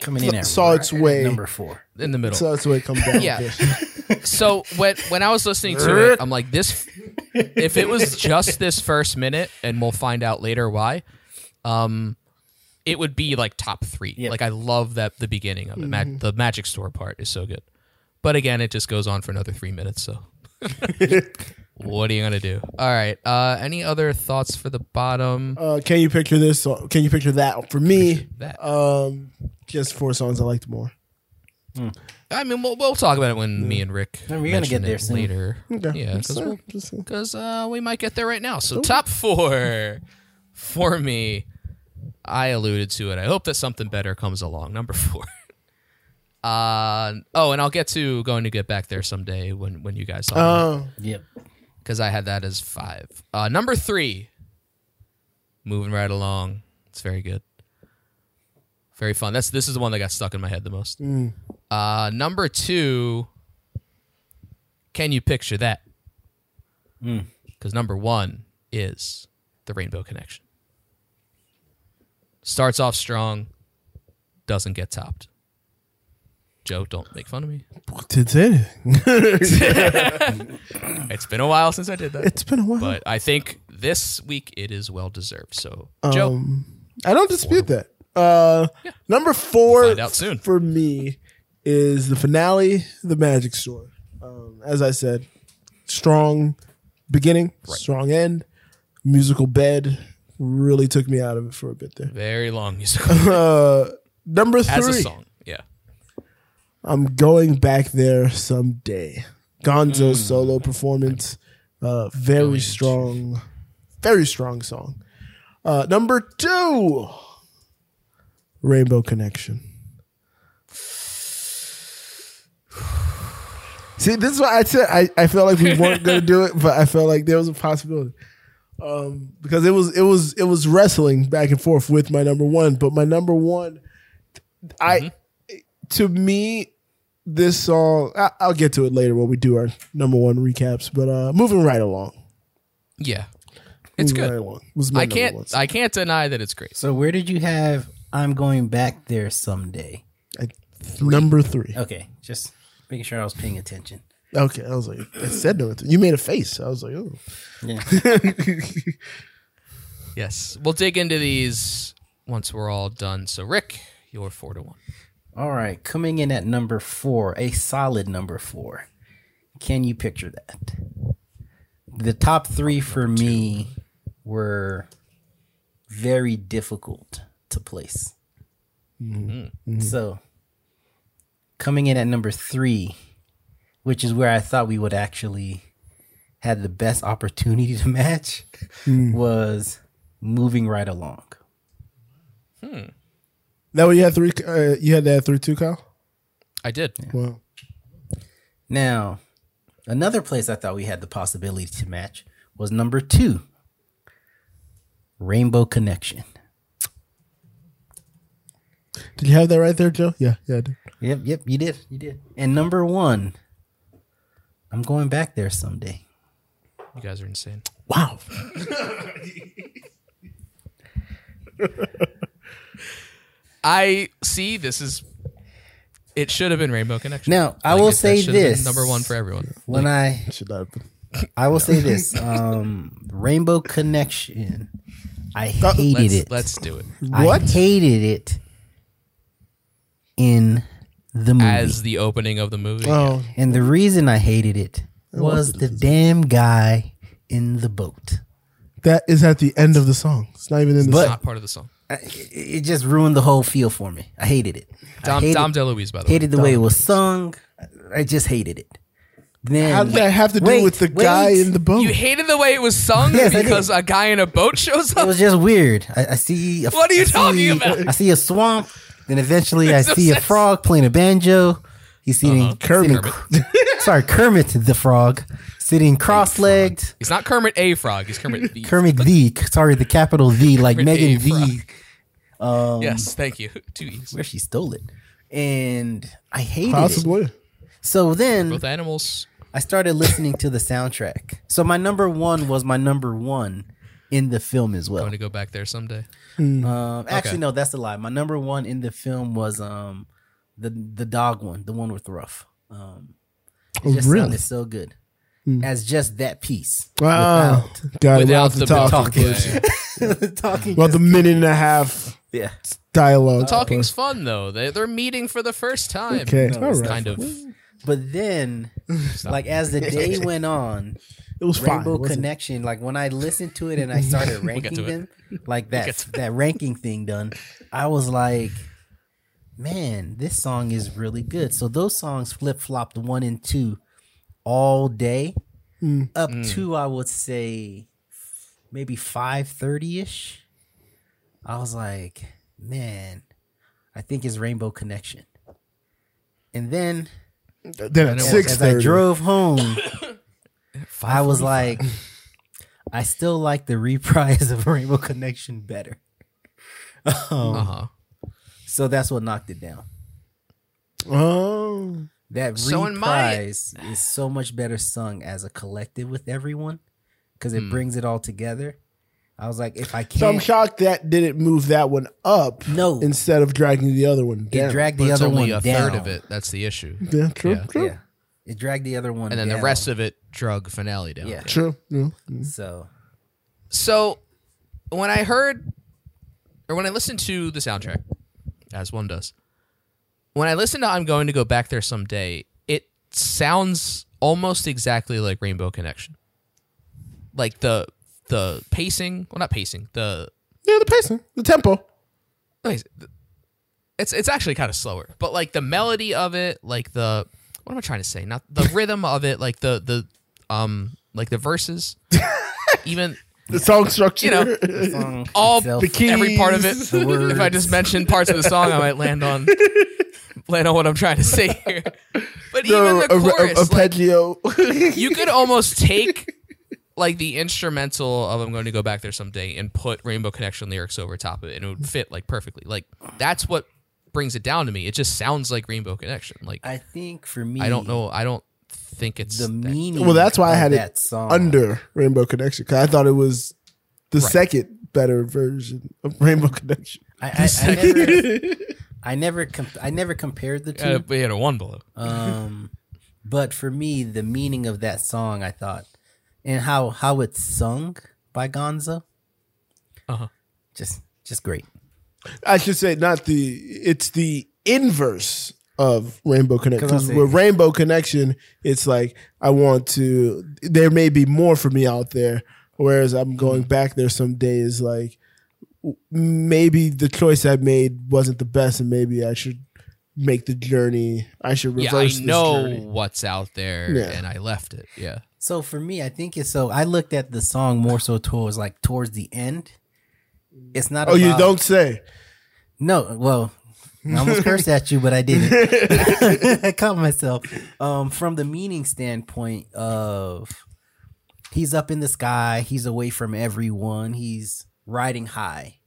Coming in at saw its right way. number four. in the middle. so that's why it comes down. *laughs* Yeah. Yes. so when when I was listening to it, I'm like, this. If it was just this first minute, and we'll find out later why, um, it would be like top three. Yep. Like I love that the beginning of it. Ma- Mm-hmm. the magic store part is so good, but again, it just goes on for another three minutes. *laughs* So, what are you gonna do? All right. Uh, any other thoughts for the bottom? Uh, can you picture this? song- Can you picture that? For me, That uh, um, just four songs I liked more. I mean, we'll, we'll talk about it when me and Rick. No, we're gonna mention get there it soon. later. Okay. Yeah, because So, we'll just- because uh, we might get there right now. So top four *laughs* for me. I alluded to it. I hope that something better comes along. Number four. *laughs* Uh, oh, and I'll get to going to get back there someday when when you guys talk Oh, Yep. because I had that as five. Uh, number three. Moving right along. It's very good. Very fun. That's this is the one that got stuck in my head the most. Uh, number two. Can you picture that? Because number one is the Rainbow Connection. Starts off strong, doesn't get topped. Joe, don't make fun of me. did it? It's been a while since I did that. It's been a while. but I think this week it is well deserved. So, Joe, Um, I don't dispute that. Uh, Number four Find out soon. for me is the finale, The Magic Store. Um, as I said, strong beginning, strong end, musical bed really took me out of it for a bit there. very long *laughs* musical Uh, number three, as a song. Yeah, I'm going back there someday. Gonzo's solo performance, uh, very strong, very strong song. Uh, number two, Rainbow Connection. *sighs* See, this is why I said I, I felt like we weren't gonna do it, but I felt like there was a possibility. Um, because it was it was it was wrestling back and forth with my number one, but my number one, I to me this song I, i'll get to it later when we do our number one recaps but uh moving right along yeah, Mm, it's moving right good. along was my I number one can't, song. I can't deny that it's great. So where did you have I'm going back there someday? I- number three Okay, just making sure I was paying attention. okay i was like i said number three you made a face i was like oh Yeah. Yes, we'll dig into these once we're all done. So, Rick, you're four to one. All right, coming in at number four, a solid number four. Can you picture that? The top three for me were very difficult to place. So, coming in at number three, which is where I thought we would actually had the best opportunity *laughs* to match, was moving right along. that way you had three uh, you had that three too kyle I did. wow Now, another place I thought we had the possibility to match was number two, Rainbow Connection. did you have that right there joe yeah yeah I did. Yep, yep, you did, you did. And number one, I'm going back there someday. You guys are insane. wow I see. This is. It should have been Rainbow Connection. Now, I Like, will that say should have been this. number one for everyone. When I should not have been I will say this, um, Rainbow Connection, I hated Let's, it. let's do it What? I hated it in the movie. as the opening of the movie. oh And the reason I hated it was the damn guy in the boat. that is at the end of the song it's not even in the It's song not part of the song. I- It just ruined the whole feel for me. I hated it. I Dom, hated, Dom DeLuise, by the way. hated the way it was sung. I just hated it. Then how did that have to do Wait, with the wait. guy in the boat You hated the way it was sung Yes, I did. because a guy in a boat shows It up. was just weird. I, I see. A, What are you I see- talking about? I see a swamp. Then eventually, I It's see a obsessed. frog playing a banjo. He's sitting Uh-huh. sitting- *laughs* sorry, Kermit the frog sitting cross-legged. He's not Kermit a Frog. He's Kermit the. Kermit the sorry, the capital V, like Kermit Megan the V. yes, thank you. *laughs* Two E's. where she stole it. and I hated it. Possibly. So then Both animals. I started listening to the soundtrack. So my number one was my number one in the film as well. Going to go back there someday. Um, actually, Okay. no, that's a lie. My number one in the film was um the the dog one, the one with Ruff. Um, it Oh, just really? Hmm. sounded so good as just that piece. Wow. Got it. Without Without the the talking. talking. Talking. *laughs* Yeah, Without talking, About the minute and a half yeah. dialogue. Talking's fun though. They they're meeting for the first time. Okay. No, All it's right. Kind of. Um, But then, like as *laughs* the day went on, It was fine. Rainbow wasn't it? Connection. Like when I listened to it and I started ranking to it. them, like get that to that ranking thing done, I was like, man, this song is really good. So those songs flip flopped one and two all day, up to I would say maybe five thirty ish. I was like, man, I think it's Rainbow Connection. And then Then at six as I thirty. drove *coughs* home, I was like, I still like the reprise of Rainbow Connection better. Um, Uh huh. So that's what knocked it down. Oh. That So in my- reprise is so much better sung as a collective with everyone because Hmm. it brings it all together. I was like, if I So I'm can't, shocked that didn't move that one up. No. Instead of dragging the other one down. it dragged But the it's other only one a down. third of it. That's the issue. yeah, true, Yeah. true. Yeah, it dragged the other one, And then the down. rest of it drug finale down. yeah. True. Yeah. So So when I heard or when I listened to the soundtrack, as one does, when I listened to I'm Going to Go Back There Someday, it sounds almost exactly like Rainbow Connection. Like the the pacing well not pacing, the Yeah, the pacing, the tempo. Like, it's it's actually kind of slower, but like the melody of it, like the what am I trying to say? Not the rhythm of it, like the the um like the verses, even The song structure. you *laughs* know the song all itself- the key- every part of it. keys, the If I just mentioned parts of the song, I might *laughs* land on land on what I'm trying to say here. But even the a- a- chorus, like, arpeggio. Oh. you could almost take like the instrumental of I'm going to go back there someday and put Rainbow Connection lyrics over top of it and it would fit like perfectly. Like that's what brings it down to me. It just sounds like Rainbow Connection. Like I, I think for me, don't know. I don't think it's the that- meaning. well, that's why I of had that it song under Rainbow Connection because I thought it was the Right. second better version of Rainbow Connection. I, *laughs* I, I never, I never, comp- I never compared the two. Uh, we had a one below. um, but for me, the meaning of that song, I thought, and how how it's sung by Gonzo, Uh-huh. just just great. I should say not the. It's the inverse of Rainbow Connection. 'Cause I Because see. with Rainbow Connection, it's like I want to. There may be more for me out there. Whereas Mm-hmm. I'm going back there some days, like w- maybe the choice I made wasn't the best, and maybe I should make the journey. I should Yeah, I reverse know this journey. what's out there Yeah. and I left it. Yeah. So for me, I think it's so. I looked at the song more so towards like towards the end. It's not. Oh, you about- don't say. No, well, I almost cursed at you, but I didn't. *laughs* I caught myself. Um, from the meaning standpoint of he's up in the sky, he's away from everyone, he's riding high.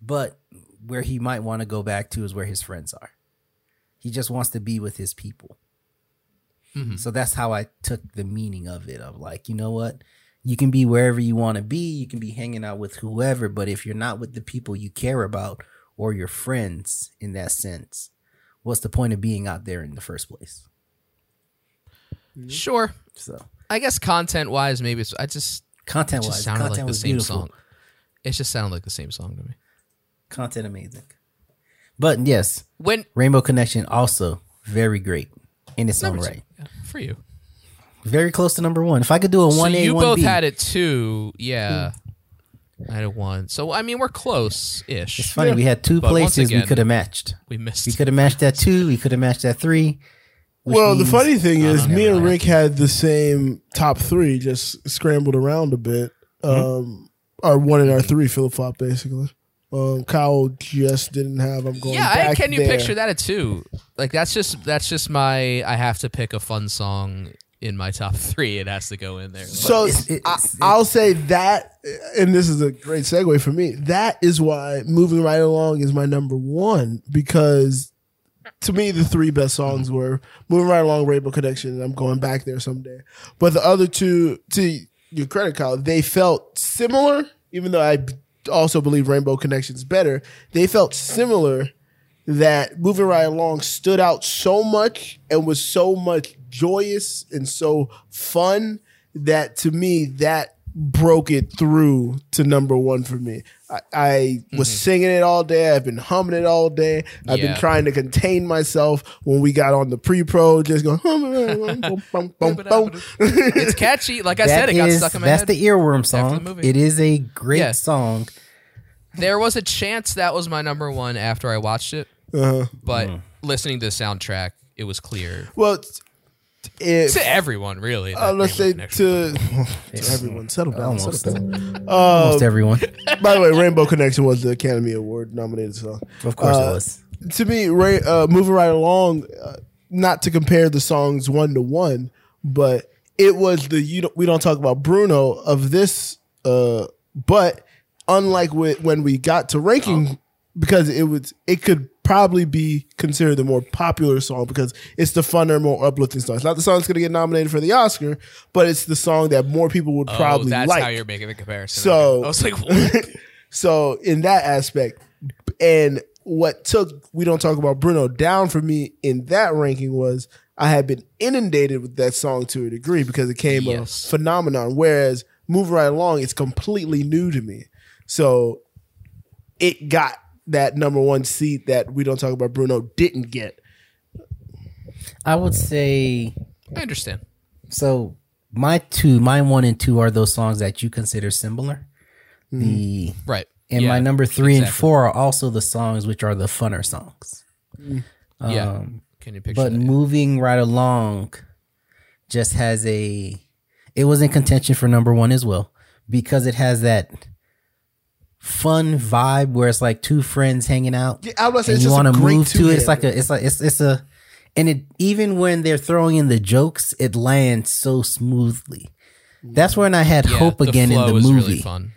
But where he might want to go back to is where his friends are. He just wants to be with his people. So that's how I took the meaning of it. Of like, you know what? You can be wherever you want to be. You can be hanging out with whoever, but if you're not with the people you care about or your friends in that sense, what's the point of being out there in the first place? Mm-hmm. Sure. So I guess content wise maybe it's I just content it just wise, sounded content like the was same beautiful. song. It just sounded like the same song to me. Content amazing. But yes, When Rainbow Connection also very great in its own right. Yeah, for you. Very close to number one. If I could do a So one A you one both B, Hmm. had it too, yeah. I had a one, so I mean we're close it's ish. funny we had two But once places we again- could have matched. We We missed. could have matched that two. We could have matched that three. which Well, the means- funny thing is, me never and mind. Rick had the same top three, just scrambled around a bit. Mm-hmm. Um, our one and our three flip flop, basically. Um, Kyle just didn't have. I'm going. yeah, I, back can you there. picture that at two? Like that's just that's just my. I have to pick a fun song in my top *laughs* three. It has to go in there. Like, So It's- it's- I, it's- I'll say that, and this is a great segue for me. That is why moving right along is my number one because to me, the three best songs were "Moving Right Along," "Rainbow Connection," and "I'm Going Back There Someday." But the other two, to your credit, Kyle, they felt similar. Even though I b- also believe "Rainbow Connection's better, they felt similar. That "Moving Right Along" stood out so much and was so much joyous and so fun that to me that broke it through to number one for me. I, I was singing it all day. I've been humming it all day. I've been Yeah. trying to contain myself when we got on the pre-pro, just going. *laughs* hum, bum, bum, bum, bum. It's catchy. Like I said, it That got is- stuck in my that's head. the earworm song. movie. It is a great Yeah. song. there was a chance that was my number one after I watched it, but listening to the soundtrack, it was clear Uh-huh. Well, it's- it, to everyone. Really, that uh, let's say Rainbow to, Connection. *laughs* to everyone, settle down. Almost, settle down. Uh, *laughs* almost everyone. By the way, "Rainbow Connection" was the Academy Award nominated song. Of course Uh, it was. to me, Ray, uh, moving right along, uh, not to compare the songs one to one, but it was the you don't, we don't talk about Bruno of this, uh, but unlike with, when we got to ranking, because it was it could probably be considered the more popular song because it's the funner, more uplifting song. It's not the song that's going to get nominated for the Oscar, but it's the song that more people would Oh, probably that's like. how you're making the comparison. So- Okay. I was like, what? So in that aspect, and what took we don't talk about Bruno down for me in that ranking was I had been inundated with that song to a degree because it came Yes. a phenomenon. Whereas Move Right Along, it's completely new to me. So it got that number one seat that we don't talk about Bruno didn't get. I would say I understand. so. My two, my one and two are those songs that you consider similar. The Right. and Hmm. Yeah. my number three and exactly. four are also the songs which are the funner songs. Yeah. Um, Can you picture but that? moving right along just has a it was in contention for number one as well because it has that fun vibe where it's like two friends hanging out I was and it's you just want a to great move to it it's two-hander. like a it's like it's, it's a and it even when they're throwing in the jokes it lands so smoothly that's when i had Yeah, hope the again in flow the is movie *laughs* Really fun.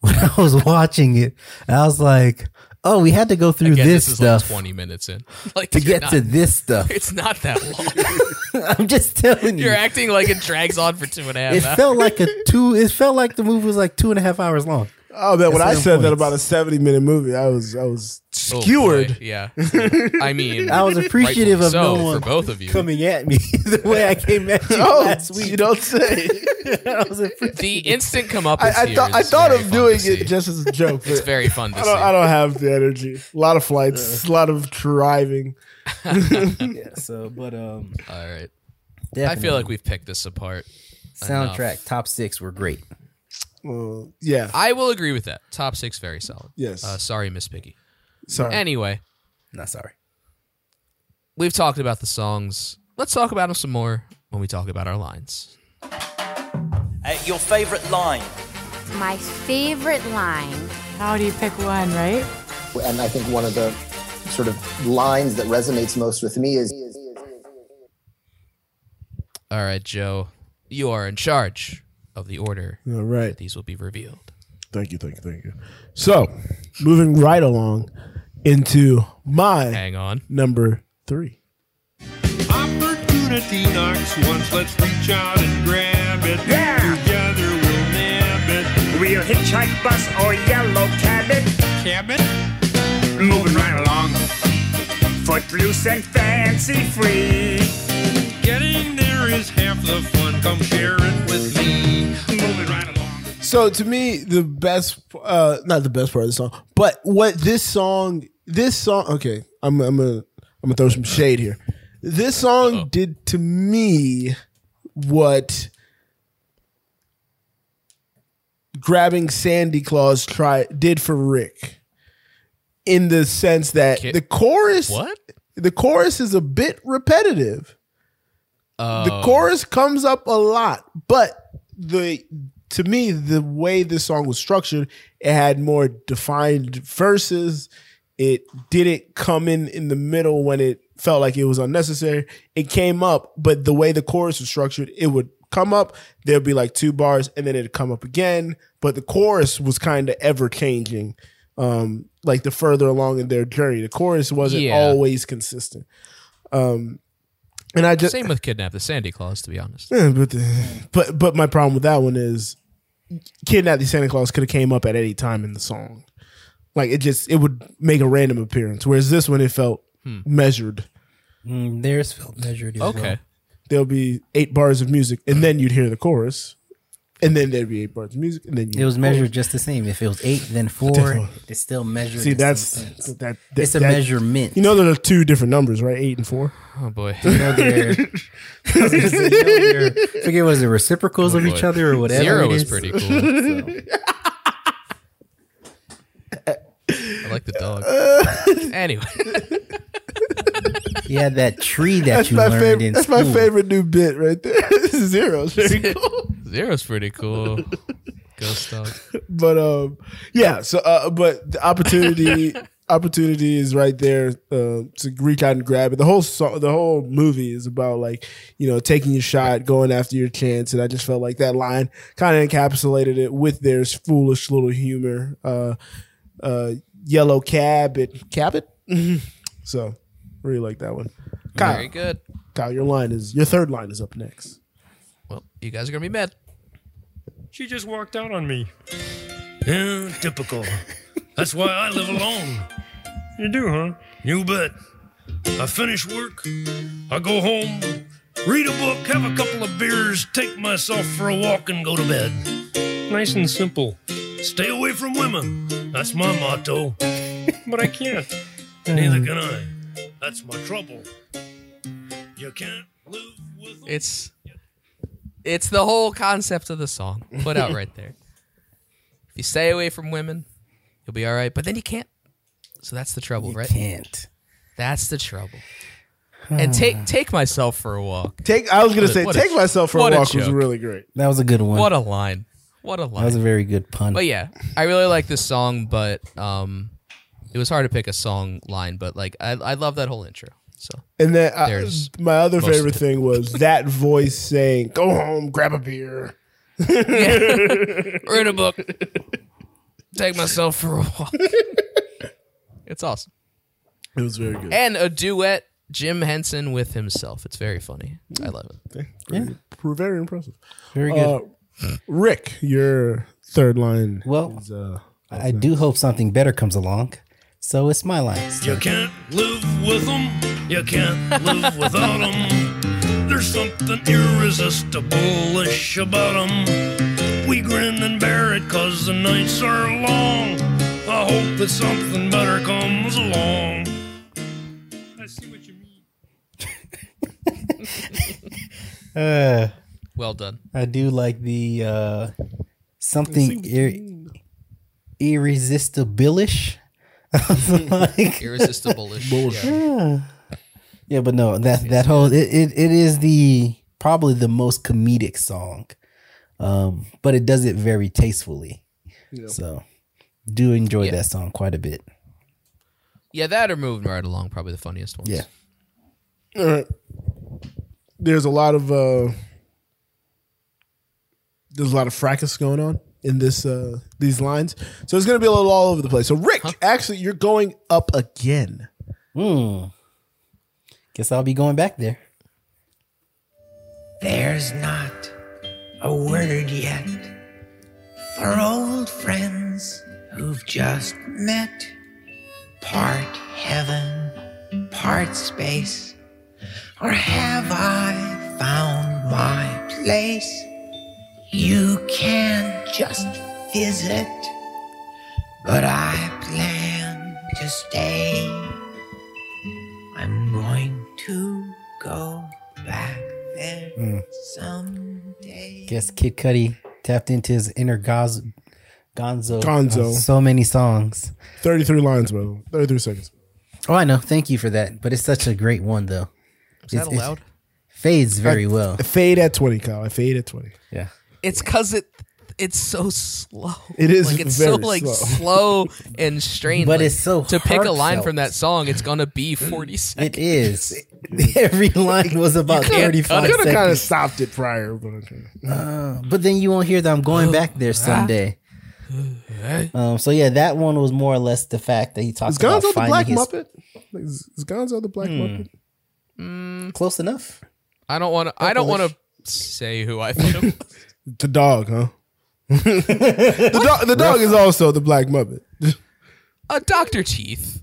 when i was watching it i was like oh we had to go through Again, this, this, is stuff like 20 minutes in. *laughs* Like to you're get not- to this stuff *laughs* It's not that long. *laughs* i'm just telling you You're acting like it drags on for two and a *laughs* half it hours. felt like a two. It felt like the movie was like two and a half hours long. Oh man, when That's I them said that points. about a seventy minute movie, I was I was Oh, boy. skewered. yeah. I mean, *laughs* I was appreciative rightfully of so no for one both of you. coming at me *laughs* the way I came at you *laughs* Oh, last week. you don't say. *laughs* I was appreciative. the instant *laughs* comeuppance. I, I here thought I is thought very of fun to doing see. it just as a joke. It's but very fun *laughs* to I see. don't, I don't have the energy. A lot of flights, a lot of driving. Yeah, so, but um, All right. I definitely. feel like we've picked this apart. soundtrack top six were great. Well, yeah, I will agree with that. Top six, very solid. Yes. Uh, sorry, Miss Piggy. sorry. Anyway, Not sorry. we've talked about the songs. Let's talk about them some more when we talk about our lines. Uh, your favorite line. My favorite line. How do you pick one, right? And I think one of the sort of lines that resonates most with me is All right, Joe, you are in charge of the order. All right. These will be revealed. Thank you. Thank you. Thank you. So, moving right along into my Hang on. number three. Opportunity knocks once, let's reach out and grab it. Yeah. *laughs* Together we'll nab it. Real hitchhike bus or yellow cabin, Cabin? moving right along. Footloose and fancy free, Getting there is half the fun. Come share it with me. moving right along. So, to me, the best, uh, not the best part of the song, but what this song, this song, okay, I'm, I'm gonna, I'm gonna throw some shade here. This song did to me what grabbing Sandy Claus try did for Rick in the sense that Ki- the chorus What? the chorus is a bit repetitive. Uh, The chorus comes up a lot, but the to me the way this song was structured, it had more defined verses. It didn't come in in the middle when it felt like it was unnecessary. It came up, but the way the chorus was structured, it would come up. There'd be like two bars, and then it'd come up again. But the chorus was kind of ever changing um, like the further along in their journey. The chorus wasn't Yeah. always consistent. Um, and I just same with kidnap the Sandy Claus, to be honest. Yeah, but, the- but but my problem with that one is Kidnap the Santa Claus could have came up at any time in the song. Like it just it would make a random appearance. Whereas this one it felt Hmm. measured. Mm, theirs felt measured. As Well. There'll be eight bars of music and then you'd hear the chorus. And then there'd be eight bars of music and then you'd It was hear the chorus. measured just the same. If it was eight, then Definitely. four. It's still measured. See in some that's sense. that, that It's a that- measurement. You know there are two different numbers, right? Eight and four. Oh boy. You know, they're- *laughs* *laughs* I was gonna say, you know, they're- I forget was it reciprocals Oh, of each *laughs* other or whatever. Zero it is is. pretty cool. I like the *laughs* dog. Anyway, Yeah, that tree that That's you my learned favorite in that's my school. favorite new bit right there. *laughs* *laughs* Zero. Very cool. zero's pretty cool. Ghost dog. but um yeah so uh but the opportunity opportunity is right there uh, to reach out and grab it the whole song the whole movie is about like you know taking your shot going after your chance and i just felt like that line kind of encapsulated it with their foolish little humor uh uh yellow cabot cabot *laughs* so really like that one kyle Very good. kyle your line is your third line is up next Well, you guys are gonna be mad. She just walked out on me. Yeah, typical. That's why I live alone. You do, huh? You bet. I finish work, I go home, read a book, have a couple of beers, take myself for a walk, and go to bed. Nice and simple. Stay away from women. That's my motto. But I can't. Neither can I. That's my trouble. You can't. It's it's the whole concept of the song put out right there. If you stay away from women, you'll be all right. But then you can't. So that's the trouble, right? Can't. That's the trouble. And *sighs* take take myself for a walk. take i was gonna What a- say what a- take myself for a what a walk was joke. really great That was a good one. What a line. What a line. That was a very good pun. But yeah, I really like this song, but um, it was hard to pick a song line. But like, I I love that whole intro. So And then I, There's my other most of favorite it. thing *laughs* was that voice saying, "Go home, grab a beer." *laughs* read a book, take myself for a walk. it's awesome, It was very *laughs* good. and a duet Jim Henson with himself. It's very funny. I love it. Yeah, very impressive. Very good. Uh, Rick, your third line. Well, is, uh, I do hope something better comes along. So it's my line. You can't live with them. You can't live without them. There's something irresistibleish about them. We grin and bear it 'cause the nights are long. I hope that something better comes along. I see what you mean. Uh, Well *laughs* done. I do like the uh, something ir- irresistible-ish. like, Irresistible-ish. Yeah. yeah. yeah, but no, that that whole it, it, it is the probably the most comedic song, um, but it does it very tastefully. So, do enjoy Yeah. that song quite a bit. yeah, that or moving right along, probably the funniest ones. Yeah. All right. There's a lot of uh, there's a lot of fracas going on in this uh, these lines, so it's gonna be a little all over the place. So Rick, actually, you're going up again. Hmm. Guess I'll be going back there. There's not a word yet for old friends who've just met. Part heaven, part space. Or have I found my place? You can just visit, but I plan to stay. I'm going to go back there Mm. someday. Guess Kid Cudi tapped into his inner goz- Gonzo. Gonzo. on So many songs. Thirty three lines, bro. Thirty three seconds. Oh, I know. Thank you for that. But it's such a great one, though. Is that allowed? fades very well. I fade at twenty, Kyle. I fade at twenty. Yeah. It's cause it it's so slow. It is like it's so very like slow. slow and strained. But Like, it's so to pick a line heartfelt. from that song, it's gonna be forty seconds. It is. *laughs* *laughs* Every line was about You can't cut 35 it. Could have kind of seconds. stopped it prior, but okay. *sighs* Uh, but then you won't hear that I'm going back there someday. Um, so yeah, that one was more or less the fact that he talked Is about Gonzo the finding Black his Hmm. Muppet? Is, is Gonzo the Black Muppet? Close enough. I don't want to. I don't want to say who I *laughs* think. it was. The dog, huh? the dog. The dog is also the Black Muppet. *laughs* uh, Doctor Teeth.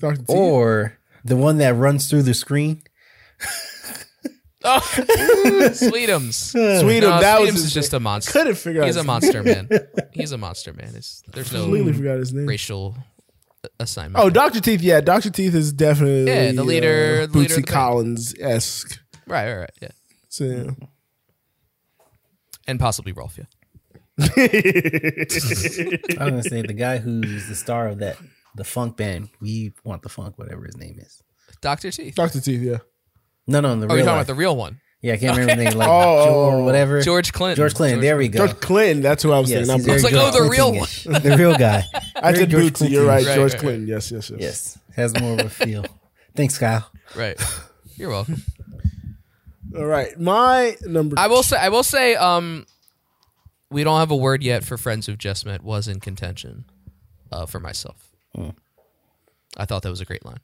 Dr. T. Oh. or the one that runs through the screen. Oh, Sweetums. *laughs* Sweetums, No, that was Sweetums his is just a monster. Couldn't figure out He's a his monster man. *laughs* name. He's a monster man. It's, there's no Completely forgot his name. racial assignment. Oh, Doctor Teeth. Yeah, Doctor Teeth is definitely Yeah, the leader- uh, the leader of the Bootsy band. Collins esque. Right, right, right. Yeah. So, yeah. And possibly Rolf, yeah. I was gonna say the guy who's the star of that the funk band. We want the funk, whatever his name is. Dr. Teeth. Doctor Teeth. Yeah. No, Oh, no, the real you're talking life. about the real one. yeah, I can't *laughs* remember his name. Like Oh, Joe oh, or oh. whatever. George Clinton. George Clinton. there we go. George Clinton. That's who I was Yes, thinking. he's I'm- It's very like, oh, the George real one. Clinton-ish. the real *laughs* guy. I Very did George Bootsy. You're right, Clinton-ish. George right. Clinton. Yes, yes, yes. Yes, has more of a feel. Thanks, Kyle. Right. *laughs* You're welcome. All right, my number. I will say I will say um we don't have a word yet for friends who've just met was in contention uh, for myself. Hmm. I thought that was a great line.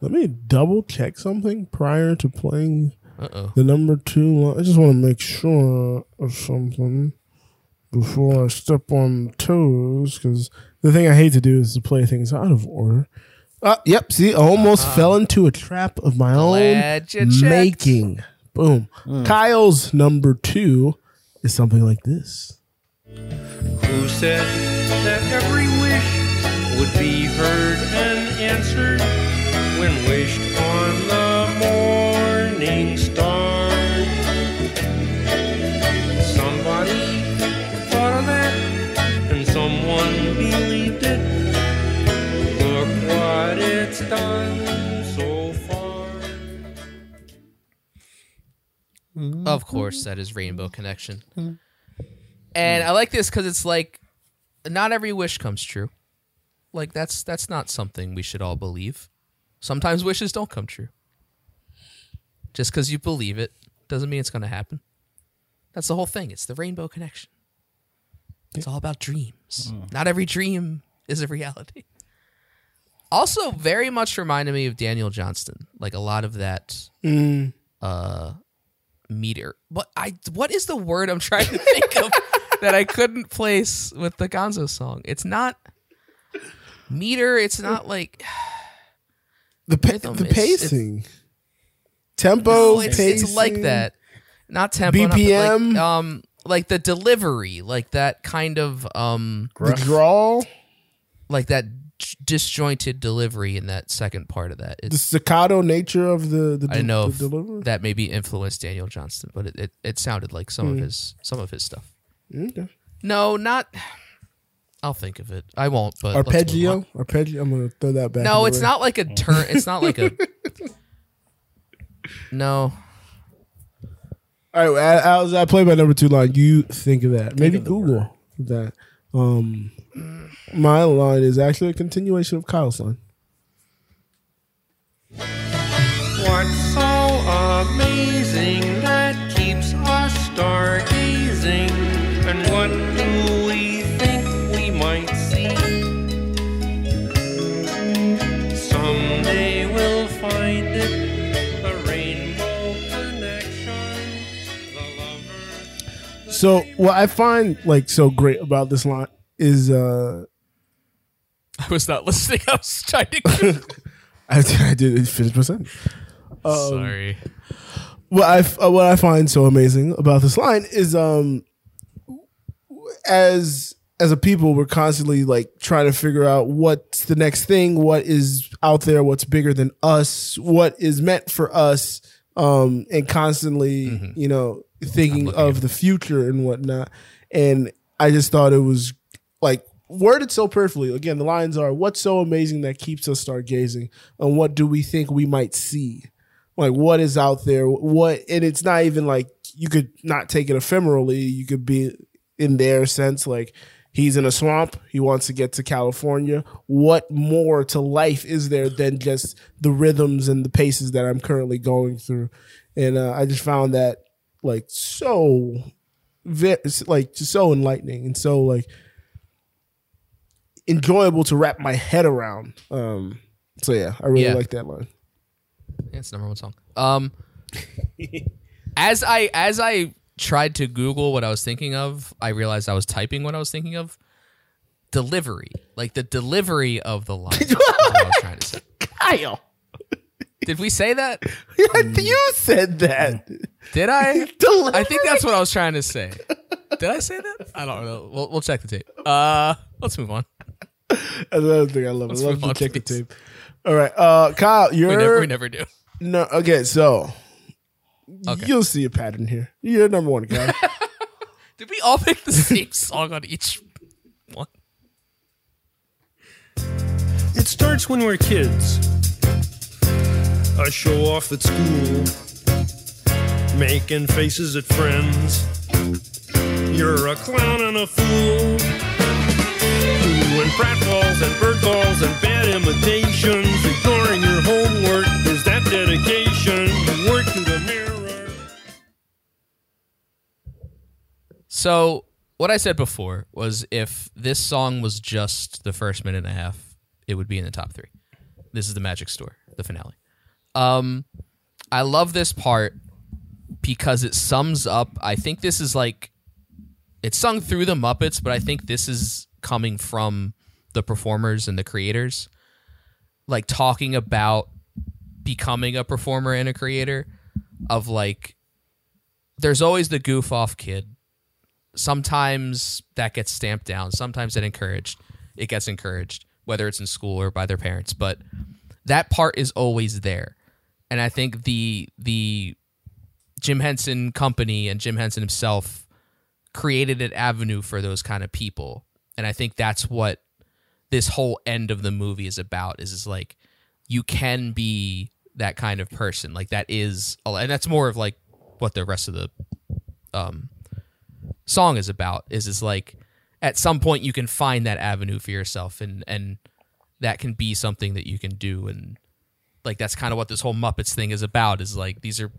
Let me double check something prior to playing Uh-oh. the number two. Line. I just want to make sure of something before I step on toes, because the thing I hate to do is to play things out of order. Uh, yep. See, I almost fell into a trap of my Uh-huh. Glad you own checked. making. Boom. Kyle's number two is something like this. Who said that every wish would be heard and answered when wished on the morning star? Somebody thought of that and someone believed it. Look what it's done so far. Of course, that is Rainbow Connection. And I like this because it's like not every wish comes true. Like that's that's not something we should all believe. Sometimes wishes don't come true. Just because you believe it doesn't mean it's going to happen. That's the whole thing. It's the Rainbow Connection. It's all about dreams. Not every dream is a reality. Also, very much reminded me of Daniel Johnston. Like a lot of that uh meter. What I what is the word I'm trying to think of that I couldn't place with the Gonzo song? It's not meter. It's not like The pa- Rhythm the is- it's- pacing, tempo, oh, it's, pacing. it's like that. Not tempo. not- but BPM? like, um, like the delivery, like that kind of um, The drawl, like that j- disjointed delivery in that second part of that. the It's, staccato nature of the the, I don't know the if delivery. that maybe influenced Daniel Johnston, but it, it, it sounded like some of his some of his stuff. Hmm. Okay. No, not. I'll think of it. I won't. But let's move on. Arpeggio, arpeggio. I'm gonna throw that back. in No, the it's ring. not like a turn. It's not *laughs* like a. No, All right, I, I was I played my number two line. You think of that? Maybe of the Google that. Um, my line is actually a continuation of Kyle's line. What's so amazing that keeps us stargazing? And what do we think we might see? Someday we'll find it. The rainbow connection. The lover. So what I find like so great about this line is uh, *laughs* I was not listening. I was trying *laughs* Um, to. I, I did finish my sentence. Sorry. what I f- uh, what I find so amazing about this line is um as as a people we're constantly like trying to figure out what's the next thing, what is out there, what's bigger than us, what is meant for us, um, and constantly you know thinking of the future and whatnot. And I just thought it was like worded so perfectly. Again, the lines are what's so amazing that keeps us stargazing, and what do we think we might see? Like what is out there? What and it's not even like you could not take it ephemerally. You could be in their sense like he's in a swamp. He wants to get to California. What more to life is there than just the rhythms and the paces that I'm currently going through? And uh, I just found that like so ve- it's, like just so enlightening and so like enjoyable to wrap my head around. Um, so yeah, I really Yeah. like that line. Yeah, it's the number one song. Um, *laughs* as I as I tried to Google what I was thinking of, I realized I was typing what I was thinking of. Delivery, like the delivery of the line. is what I was trying to say. Kyle, Did we say that? *laughs* you said that. Did I? I think that's what I was trying to say. Did I say that? I don't know. We'll, we'll check the tape. Uh, let's move on. Another thing I love. Let's I love move to on, check the please. tape. All right, uh, Kyle, you're We never, we never do. no okay. So Okay. you'll see a pattern here. You're number one, *laughs* Kyle. Did we all pick the same song on each one? It starts when we're kids. I show off at school, making faces at friends. You're a clown and a fool. Doing pratfalls and bird calls and bad imitations, ignoring your homework. Is that dedication? You work through the mirror. So what I said before was if this song was just the first minute and a half, it would be in the top three. This is the Magic Store, the finale. Um, I love this part because it sums up. I think this is like it's sung through the Muppets, but I think this is coming from the performers and the creators, like talking about becoming a performer and a creator. Of like, there's always the goof off kid sometimes that gets stamped down sometimes it encouraged it gets encouraged whether it's in school or by their parents but that part is always there and i think the the jim henson company and jim henson himself created an avenue for those kind of people and i think that's what this whole end of the movie is about is is like you can be that kind of person like that is and that's more of like what the rest of the um song is about is is like at some point you can find that avenue for yourself and and that can be something that you can do and like that's kind of what this whole muppets thing is about is like these are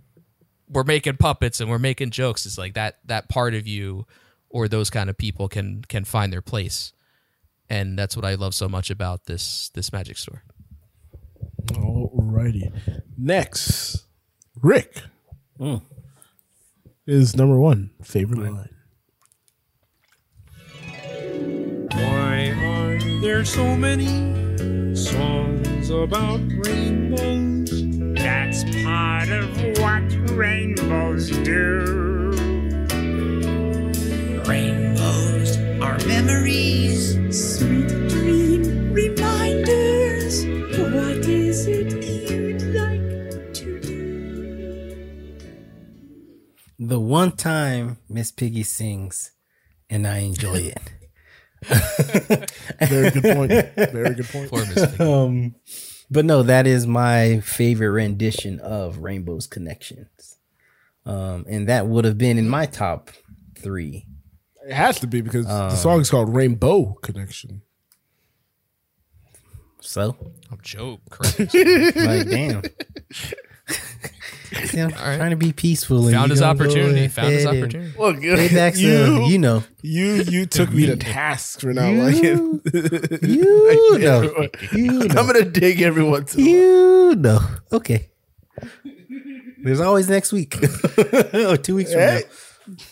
we're making puppets and we're making jokes it's like that that part of you or those kind of people can can find their place and that's what i love so much about this this *laughs* magic store Alrighty. Next, Rick Hmm. is number one favorite line. Why are there so many songs about rainbows? That's part of what rainbows do. Rainbows are Memories, sweet dream reminders. What is it you'd like to The one time Miss Piggy sings, and I enjoy it. Very good *laughs* point. Very good point. Poor Miss Piggy. Um, but no, that is my favorite rendition of Rainbow's Connections, um, and that would have been in my top three. It has to be because Um, the song is called Rainbow Connection. So, i'm joe *laughs* Christ. like, *laughs* damn. See, I'm Trying to be peaceful. And Found you his gonna go opportunity. Found his ahead and opportunity. Look, pay back some, *laughs* you know. you you took *laughs* me to task for not liking. it. *laughs* You know. You know. I'm gonna dig every once. in a You know. Okay. There's always next week *laughs* or two weeks from now. Hey.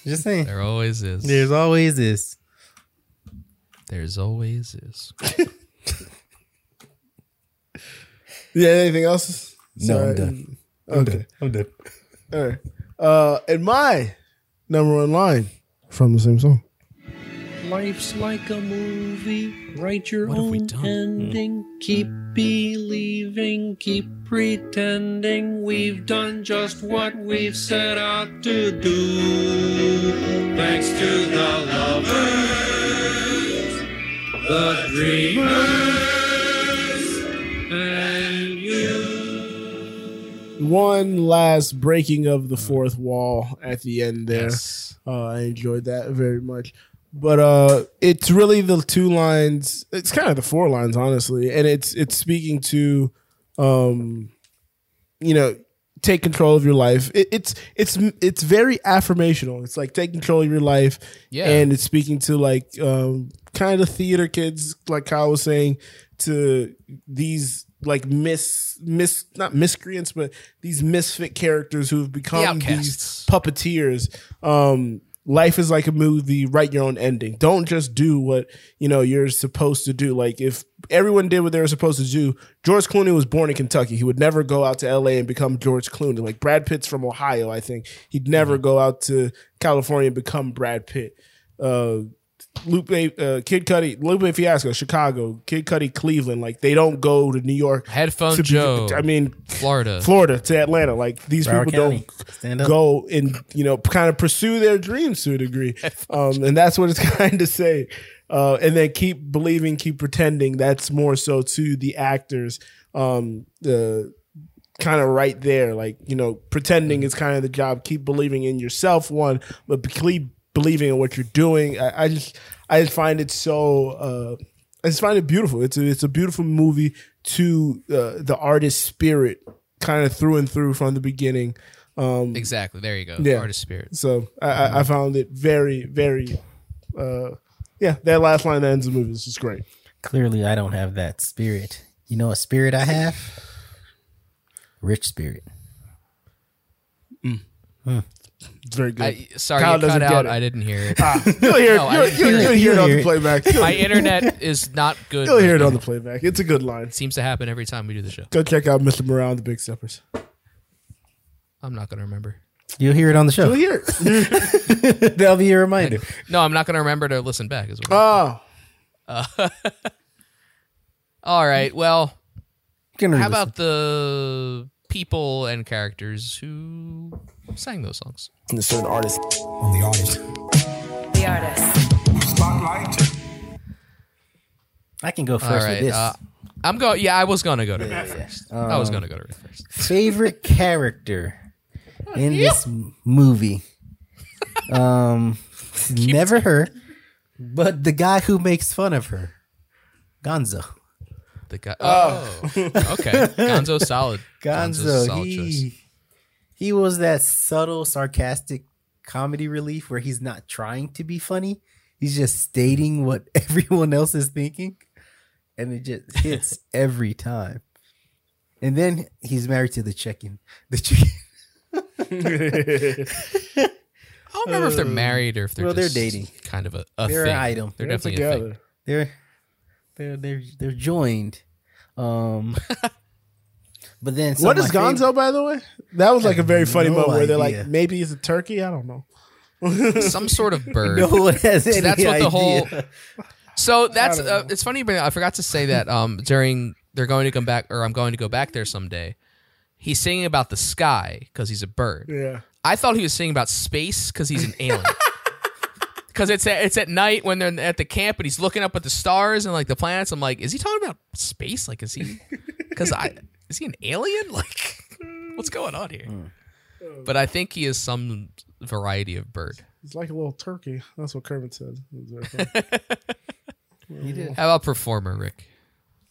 Just saying. there always is There's always this. there's always is while. Yeah. Anything else? No, I'm Sorry. done. Okay. I'm done. *laughs* All right. Uh, and my number one line from the same song. Life's like a movie. Write your What have we own done? Hmm. ending. Keep believing. Keep pretending. We've done just what we've set out to do. Thanks to the lovers, the dreamers, and you. One last breaking of the fourth wall at the end there. yes Uh, I enjoyed that very much. But uh, it's really the two lines. It's kind of the four lines, honestly, and it's it's speaking to, um, you know, take control of your life. It, it's it's it's very affirmational. It's like take control of your life. Yeah. and it's speaking to like um, kind of theater kids, like Kyle was saying, to these like mis mis not miscreants, but these misfit characters who have become these outcasts. puppeteers. Um, life is like a movie. Write your own ending. Don't just do what you know you're supposed to do. Like if everyone did what they were supposed to do, George Clooney was born in Kentucky. He would never go out to L.A. and become George Clooney. Like Brad Pitt's from Ohio, I think. He'd never go out to California and become Brad Pitt. Uh, Lupe, uh, Kid Cudi, Lupe Fiasco, Chicago, Kid Cudi, Cleveland. Like they don't go to New York. Headphone to be- Joe. I mean, Florida. Florida to Atlanta. Like these Broward people County. Stand don't up. go and you know kind of pursue their dreams to a degree. Um, and that's what it's *laughs* kind of saying. Uh, and then keep believing, keep pretending. That's more so to the actors. Um, the kind of right there. Like, you know, pretending is kind of the job. Keep believing in yourself, one, but be- keep believing in what you're doing. I, I just, I just find it so, uh, I just find it beautiful. It's a, it's a beautiful movie to uh, the artist spirit, kind of through and through from the beginning. Um, Exactly. There you go. Artist spirit. So I, I, I found it very, very, uh, yeah. That last line that ends the movie is just great. Clearly, I don't have that spirit. You know, a spirit I have? Rich spirit. It's very good. I, sorry, Kyle you cut doesn't get out. it. I didn't hear it. Ah, you'll hear it. No, I You'll- didn't you'll- you'll hear it on the You'll playback. My internet is not good. You'll hear right it on now. the playback. It's a good line. Seems to happen every time we do the show. Go check out Mr. Morale and the Big Steppers. I'm not going to remember. You'll hear it on the show. You'll hear *laughs* it. That'll be a reminder. No, I'm not going to remember to listen back as well. oh, All right. Well, Can how re-listen. about the people and characters who sang those songs? And a certain artist. The artist. The artist. I can go first All with right. this. Uh, *laughs* I'm going. Yeah, I was going to go to Rick first. I was Um, going to go to Rick first. favorite character in this m- movie. Um, never her, but the guy who makes fun of her, Gonzo. The guy. Oh, okay. Gonzo's solid. Gonzo's a Gonzo, he he was that subtle, sarcastic comedy relief where he's not trying to be funny. He's just stating what *laughs* everyone else is thinking, and it just hits every time. And then he's married to the chicken. The chicken. I don't remember if they're married or if they're Uh, well, they're just dating. Kind of a, a They're thing. an item. They're, They're definitely a thing. together. they're they're they're they're joined. Um *laughs* but then some what of is my Gonzo, favorite- by the way? That was like a very funny no moment where they're idea. like, maybe it's a turkey. I don't know. Some sort of bird. *laughs* No one *laughs* has So any that's what the whole. idea. So that's uh, it's funny, but I forgot to say that um during they're going to come back or I'm going to go back there someday. He's singing about the sky because he's a bird. Yeah. I thought he was singing about space because he's an alien. Because it's at, it's at night when they're at the camp and he's looking up at the stars and like the planets. I'm like, is he talking about space? Like, is he? Because I is he an alien? *laughs* Like, what's going on here? Hmm. But I think he is some variety of bird. It's like a little turkey. That's what Kermit said. It was very *laughs* funny. How about performer Rick?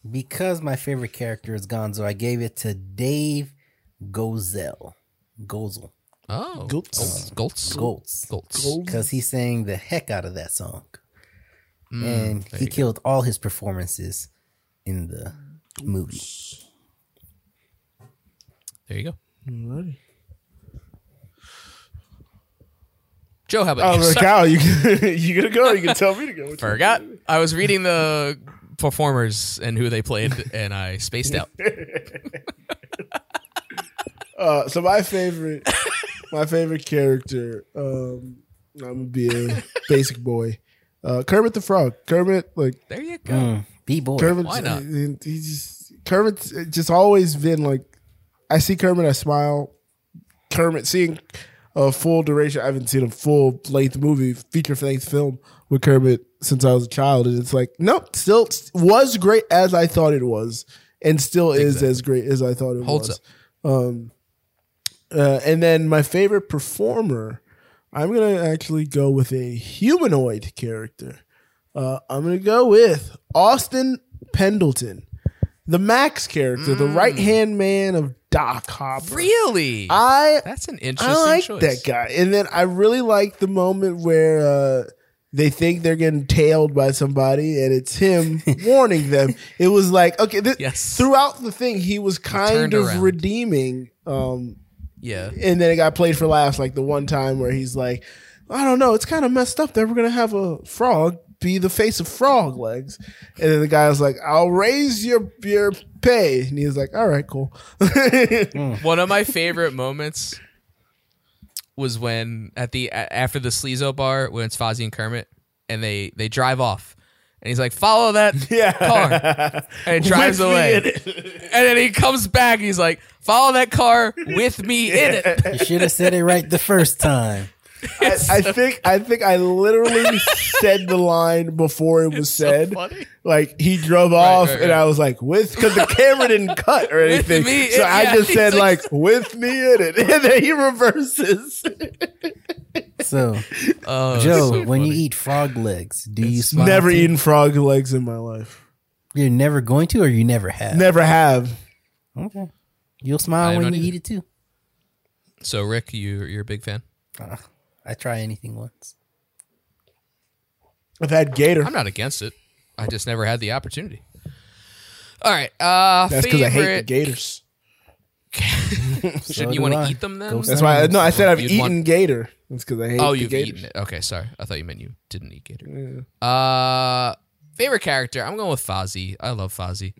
because my favorite character is Gonzo, I gave it to Dave Gozel. Gozel. Oh, Goltz. Goltz. Goltz. Goltz. Because he sang the heck out of that song. and Mm, there he you go. killed all his performances in the movie. There you go. Alrighty. Joe, how about Oh, you? look, Sorry, Kyle, you you gonna go? You can *laughs* tell me to go. Which forgot. I was reading the performers and who they played, and I spaced *laughs* out. Uh, so my favorite, my favorite character, um, I'm gonna be a basic boy, uh, Kermit the Frog. Kermit, like There you go. Mm. B boy. Kermit, uh, Why not? He, he just Kermit's just always been like, I see Kermit, I smile. Kermit seeing a full duration. I haven't seen a full length movie, feature length film with Kermit since I was a child, and it's like, nope, still was great as I thought it was, and still is as great as I thought it Holds was. Um, up. Uh, and then my favorite performer, I'm gonna actually go with a humanoid character. Uh, I'm gonna go with Austin Pendleton, the Max character, Mm. the right hand man of Doc Hopper. Really? I that's an I interesting like choice. that guy. And then I really like the moment where uh, they think they're getting tailed by somebody, and it's *laughs* him warning them. It was like okay, thi- throughout the thing, he was kind turned of around. redeeming. Um, Yeah. and then it got played for laughs, like the one time where he's like, I don't know, it's kind of messed up that we're gonna have a frog be the face of frog legs. And then the guy was like, I'll raise your your pay. And he's like, All right, cool. *laughs* One of my favorite moments was when at the a- after the Sleazo bar when it's Fozzie and Kermit and they they drive off and he's like *laughs* follow that car and it drives With me away in and then he comes back and he's like follow that car with me in it *laughs* You should have said it right the first time. I, I think I think I *laughs* literally said the line before it was said. Like he drove off, right, and right. I was like, "With," because the camera *laughs* didn't cut or anything. me in- so I yeah, just said, he's "Like like- with me in it," *laughs* and then he reverses. So, *laughs* Oh, that's Joe, so when you funny. eat frog legs, do you smile? Never too? eaten frog legs in my life. You're never going to, or you never have. Never have. Okay. You'll I smile when don't you either. eat it too. so Rick you you're a big fan Uh, I try anything once. I've had gator. I'm not against it I just never had the opportunity all right uh That's because I hate the favorite- gators. shouldn't do you want I. to eat them then Go That's why. I, no, I said I've You'd eaten want- gator. That's because I hate. Oh, the you've gators. eaten it. Okay, sorry. I thought you meant you didn't eat gator. Uh, favorite character? I'm going with Fozzie. I love Fozzie.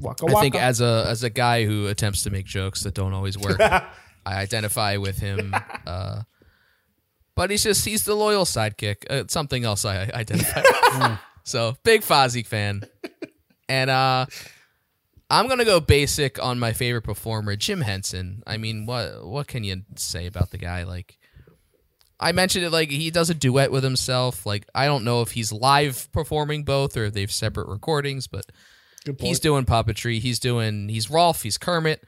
Waka I think waka. as a as a guy who attempts to make jokes that don't always *laughs* work, I identify with him. Uh, but he's just he's the loyal sidekick. Uh, it's something else I *laughs* identify. with. so big Fozzie fan, and uh, I'm gonna go basic on my favorite performer, Jim Henson. I mean, what what can you say about the guy? Like. I mentioned it like he does a duet with himself. Like I don't know if he's live performing both or if they've separate recordings, but he's doing puppetry. He's doing he's Rolf. He's Kermit,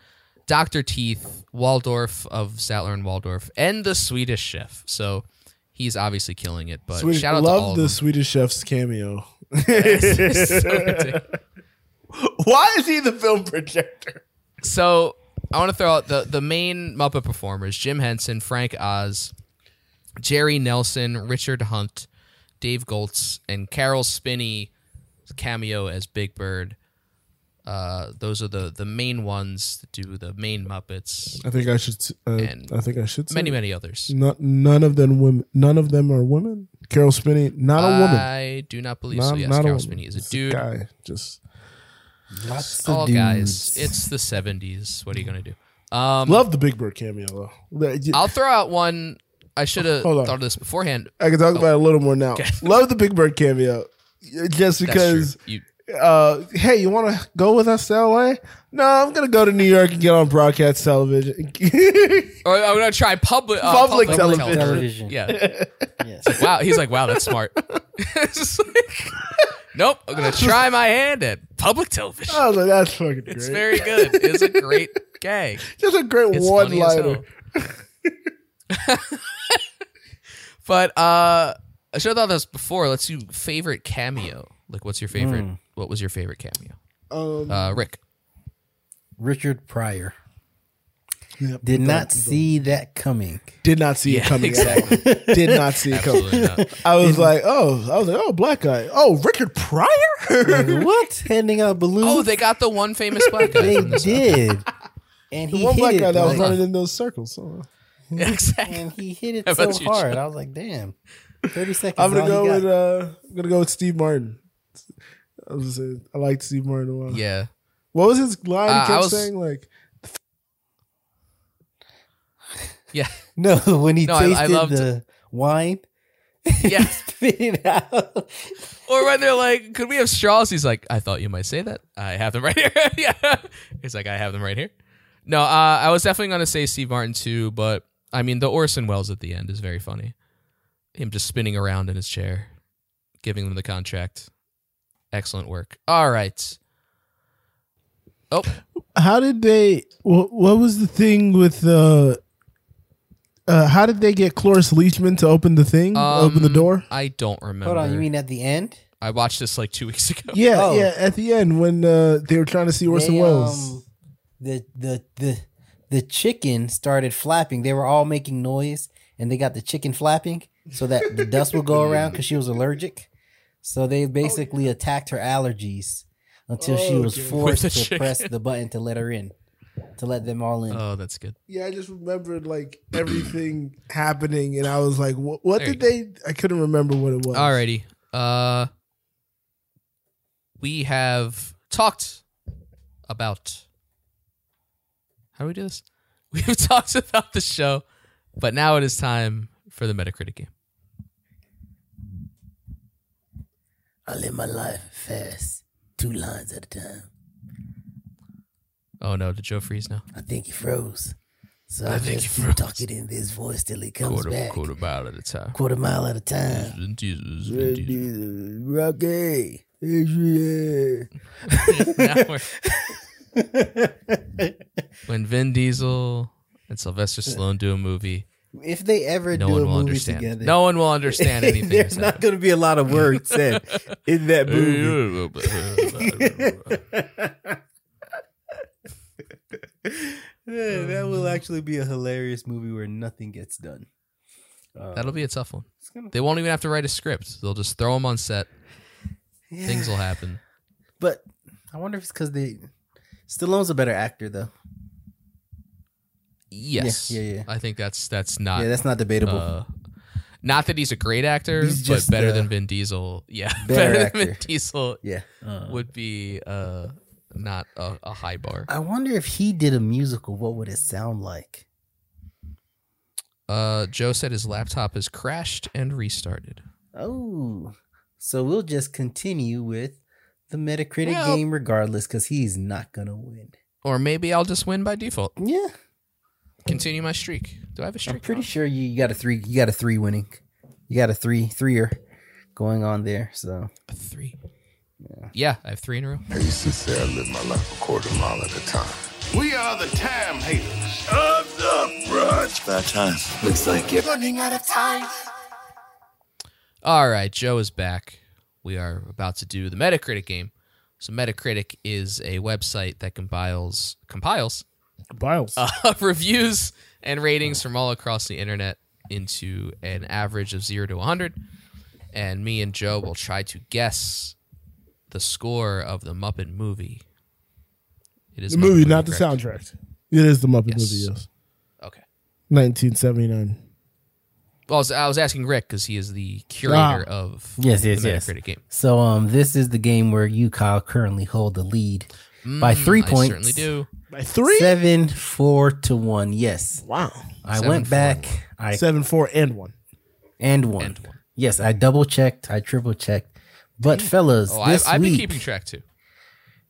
Doctor Teeth, Waldorf of Sattler and Waldorf, and the Swedish Chef. So he's obviously killing it. But Swedish, shout out love to all the of them. Swedish chef's cameo. *laughs* So ridiculous. *laughs* Why is he the film projector? So I want to throw out the the main Muppet performers: Jim Henson, Frank Oz, Jerry Nelson, Richard Hunt, Dave Goltz, and Carol Spinney cameo as Big Bird. Uh, those are the the main ones that do the main Muppets. I think I should. Uh, And I think I should. Say Many many others. Not, none of them women. None of them are women. Carol Spinney, not a woman. I do not believe Not, Uh, so. Yes, not Carol woman. Spinney is a It's dude. guy. Just Lots of All dudes. Oh, guys. It's the seventies. What are you gonna do? Um, love the Big Bird cameo though. Like, you- I'll throw out one. I should have Hold on. thought of this beforehand. I can talk about it a little more now. Love the Big Bird cameo, just because. That's true. You, Uh, hey, you want to go with us to LA? No, I'm gonna go to New York and get on broadcast television. *laughs* Or I'm gonna try public uh, Public television. Television. Yeah. *laughs* Yes. Wow. He's like, wow, that's smart. *laughs* It's just like, *laughs* nope. I'm gonna try my hand at public television. I was like, that's fucking Oh, great. It's very good. It's a great gag. *laughs* just a great It's one funny as liner. hell. *laughs* but uh, I should have thought this before. Let's do favorite cameo. Like, what's your favorite? Mm. What was your favorite cameo? Um, Uh, Rick. *laughs* Richard Pryor. Yep. Did not Don't- see that coming. Did not see it coming. exactly. At all. *laughs* Did not see it coming. Absolutely not. I was like, oh, I was like, oh, black guy. Oh, Richard Pryor. *laughs* Like, what? *laughs* Handing out balloons? Oh, they got the one famous black guy. They from this *laughs* did. And the he one hit black it, guy that was like- running in those circles. So. *laughs* exactly. and he hit How it about so you, hard. I was like, damn. 30 seconds. I'm gonna all go he with got. uh, I'm gonna go with Steve Martin. I was saying, I like Steve Martin a lot. Yeah. What was his line? Uh, I he kept was- saying like, Yeah. *laughs* No, when he No, I- I tasted loved- the wine, *laughs* Yeah. spit it out. *laughs* Or when they're like, could we have straws? He's like, I thought you might say that. I have them right here. *laughs* yeah. He's like, I have them right here. No, uh, I was definitely going to say Steve Martin too, but I mean, the Orson Welles at the end is very funny. Him just spinning around in his chair, giving them the contract. Excellent work. All right. Oh, how did they? What, what was the thing with Uh, uh, how did they get Cloris Leachman to open the thing? um, open the door? I don't remember. Hold on, you mean at the end? I watched this like two weeks ago. Yeah, yeah. At the end, when uh, they were trying to see Orson They, Welles, um, the the the the chicken started flapping. They were all making noise, and they got the chicken flapping so that the dust would go around because she was allergic. So they basically attacked her allergies until she Oh, was dear. forced to With *laughs* the press chicken. the button to let her in, to let them all in. Oh, that's good. yeah, I just remembered like everything happening, and I was like, "What, what There did they?" I couldn't remember what it was. Alrighty. Uh we have talked about how do we do this? *laughs* We have talked about the show, but now it is time for the Metacritic game. I live my life fast, two lines at a time. Oh no, did Joe freeze now? I think he froze. So I I, think he just froze. talk it in this voice till he comes quarter, back. quarter mile at a time. Quarter mile at a time. Rocky. *laughs* Now *laughs* we're- when Vin Diesel and Sylvester Stallone do a movie, If they ever No do one a will movie understand. together, No one will *laughs* understand anything There's they not going to be a lot of words *laughs* said in that *laughs* movie. Yeah, that will actually be a hilarious movie where nothing gets done. Uh, that'll be a tough one. They won't even have to write a script. They'll just throw them on set. Things will happen. But I wonder if it's because they Stallone's a better actor though. Yes. Yeah, yeah, yeah. I think that's that's not. Yeah, that's not debatable. uh, not that he's a great actor, He's just, but better uh, than Vin Diesel. Yeah, *laughs* better better, actor. than Vin Diesel. Yeah. would be uh, not a, a high bar. I wonder if he did a musical, what would it sound like? Uh, Joe said his laptop has crashed and restarted. Oh, so we'll just continue with the Metacritic Well- game regardless because he's not gonna win. Or maybe I'll just win by default. Yeah, Continue my streak. Do I have a I'm streak? pretty sure you, you got a three. You got a three winning. You got a three threer going on there. So A three. Yeah, I have three in a row. I used to say I live my life a quarter mile at a time. We are the time haters of the brunch. That time. Looks like it. Running out of time. All right, Joe is back. We are about to do the Metacritic game. So Metacritic is a website that compiles compiles Biles. uh, *laughs* reviews and ratings from all across the internet into an average of 0 to 100 and me and Joe will try to guess the score of the Muppet movie. It the movie, not the correct? soundtrack. It is the Muppet movie. Yes. Okay. 1979. Well, I was, I was asking Rick because he is the curator Ah. of yes, the yes, yes. Metacritic game. So um, this is the game where you Kyle currently hold the lead by Mm, three I points. certainly do. By three? Seven four to one. Yes. Wow. I Seven, went four, back. one. I Seven, four, and one. and one. Yes, I double checked. I triple checked. But fellas, Oh, this I, I've week been keeping track too.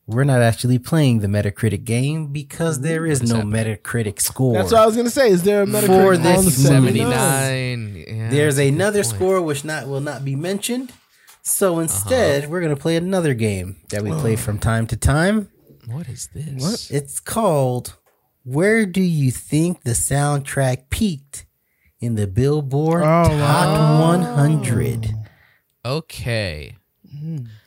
we're not actually playing the Metacritic game because there is no Metacritic score. That's what I was gonna say. Is there a Metacritic For on this the movie. 79. Yeah, There's that's a good another point. Uh-huh. score which not will not be mentioned. So instead, we're gonna play another game that we play from time to time. What is this? It's called "Where Do You Think the Soundtrack Peaked in the Oh, Billboard Top 100?" Okay.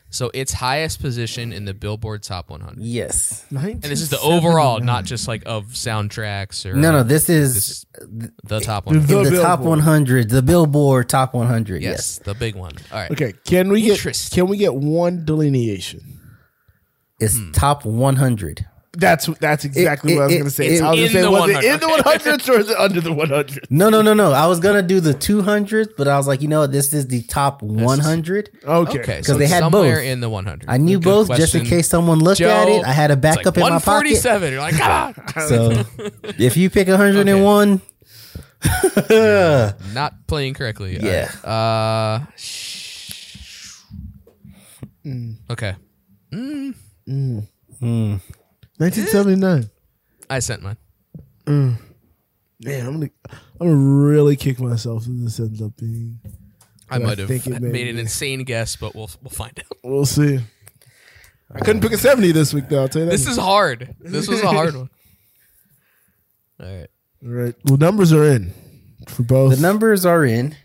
So its highest position in the Billboard Top 100. Yes. And this is the overall, not just like of soundtracks or No, no, this is the top in one. the top 100, the Billboard Top 100. yes, Yes, the big one. All right. Okay, can we get can we get one delineation? it's Hmm. top 100. That's that's exactly It- what I was it- gonna say. it- I was in gonna say the was it in 100. the one hundreds or is it under the one hundred? No, no, no, no. I was gonna do the 200, but I was like, you know, what? this is the top 100. Okay, Okay, because so they it's had somewhere both. in the 100. I knew Good both just in question. case someone looked at Joe, it. I had a it's like backup in my pocket. 147. You're like, "Ah!" *laughs* come on. *laughs* So if you pick 101, Not playing correctly. All Yeah. right. Uh, sh- Okay. Mm, Nineteen seventy nine. I sent mine. Man, I'm gonna I'm gonna really kick myself if this ends up being. I what might have think it may made an be. insane guess, but we'll we'll find out. We'll see. I couldn't pick a seventy this week though. I'll tell you that. This is hard. This was a *laughs* hard one. All right. All right. Well, numbers are in for both. the numbers are in,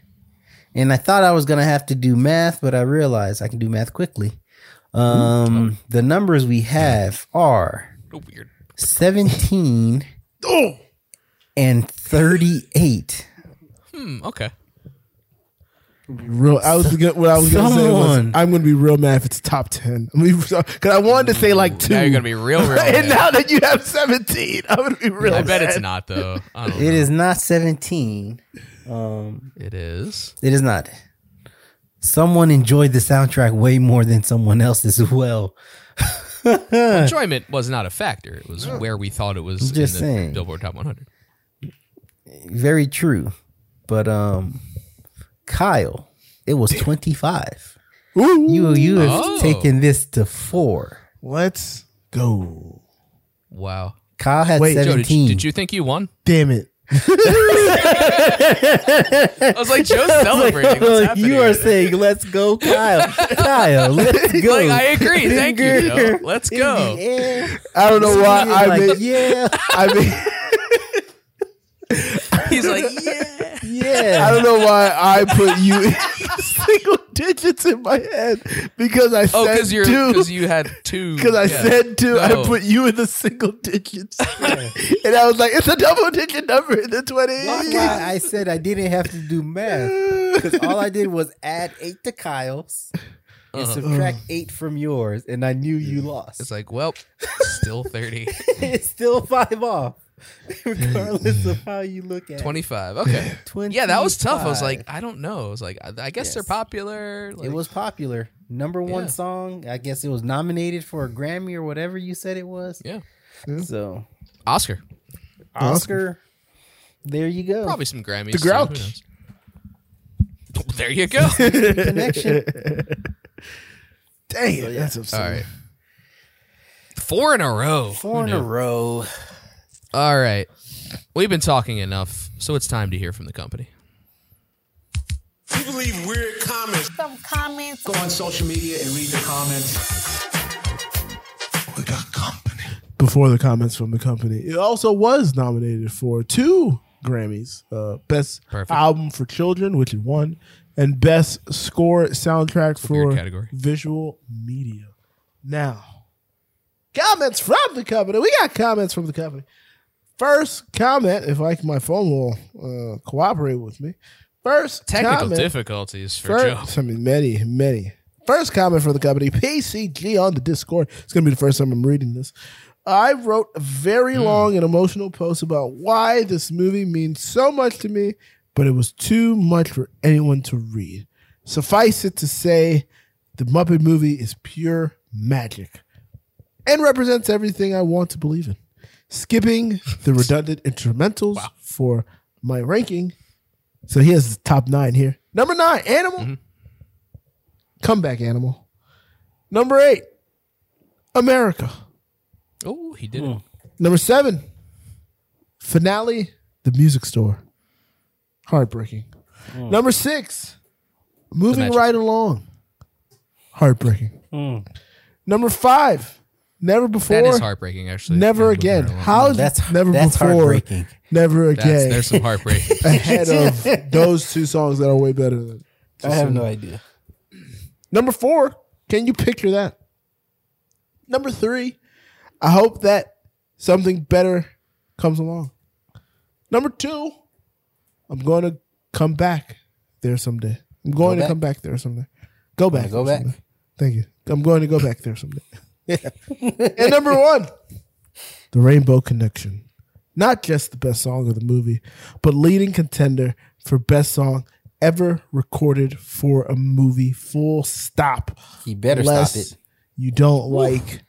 and I thought I was gonna have to do math, but I realized I can do math quickly. Mm-hmm. Oh. Um, the numbers we have are weird. seventeen Oh, and thirty-eight. Hmm. Okay. real. I was gonna, what I was gonna say was Someone. I'm gonna be real mad if it's top ten. I mean, because I wanted to say like two. Now you're gonna be *laughs* real, real. and mad. now that you have 17, I'm gonna be real. I bet mad. it's not though. I don't It know. is not seventeen. Um, It is. it is not. Someone enjoyed the soundtrack way more than someone else as well. Uh. Enjoyment was not a factor. It was where we thought it was Just in the saying. Billboard Top 100. Very true. But um Kyle, it was 25. Ooh, You you have Oh. taken this to 4. let's go. Wow. Kyle had Wait, Joe, Joe, did 17. you, did you think you won? Damn *laughs* it. *laughs* I was *laughs* like, *laughs* Joe's celebrating. What's happening? oh, you are saying let's go *laughs* Kyle. Kyle, let's go. like, I *laughs* agree. Thank you. Joe. Finger Let's in the go. air. I don't know why He's I like, made. yeah. I mean, He's like, yeah. *laughs* I *laughs* Yeah. don't know why I put you *laughs* in single digits in my head because I Oh, said because you're two. because you had two. Because I Yeah. said two, I No. put *laughs* you in the single *laughs* digits, and I was like, "It's a double digit number in the 20s. That's why I said I didn't have to do math. Because all I did was add eight to Kyle's and Uh-huh. subtract eight from yours, and I knew you lost. *laughs* It's like, well, still 30. it's still five off, *laughs* *laughs* regardless of how you look at 25. Okay. it. 25. Yeah, that was tough. I was like, I don't know. I was like, I, I guess they're Yes. popular. Like, it was popular. Number one Yeah. song. I guess it was nominated for a Grammy or whatever you said it was. Yeah. So Oscar. Oscar, there you go. Probably some Grammys. The too. Who Grouch. knows? *laughs* There you go. *laughs* Connection. Dang it, that's All upsetting. right. Four in a row. Four in a row. All right. We've been talking enough, so it's time to hear from the company. People leave weird comments. Some comments. Go on social media and read the comments. We got company. Before the comments from the company, it also was nominated for two Grammys: uh, best Perfect. album for children, which it won, and best score soundtrack Weird for category. visual media. Now, comments from the company. We got comments from the company. First comment, if I can, my phone will uh, cooperate with me. First Technical comment, difficulties for Joe. Ah, First, I mean, many, many. First comment from the company, PCG on the Discord. It's going to be the first time I'm reading this. I wrote a very long and emotional post about why this movie means so much to me, but it was too much for anyone to read. Suffice it to say, the Muppet movie is pure magic and represents everything I want to believe in. Skipping the redundant instrumentals for my ranking so he has the top nine here. Number nine, Animal. Comeback Animal. Number eight, America. Oh, he did it. Number seven, Finale, The Music Store. Heartbreaking. Number six, Moving Magic. Right Along. Heartbreaking. Number five, Never Before. That is heartbreaking, actually. Never Yeah, Again. moving right along. How That's- never that's before? heartbreaking. Never That's, again. There's some heartbreak. *laughs* ahead of those two songs that are way better than. I have no idea. Number four, can you picture that? Number three, I hope that something better comes along. Number two, I'm going to come back there someday. I'm going to back? come back there someday. Go back. go there back? someday. Thank you. I'm going to go back there someday. and number one, The Rainbow Connection. Not just the best song of the movie, but leading contender for best song ever recorded for a movie. Full stop. He better Unless stop it. You don't like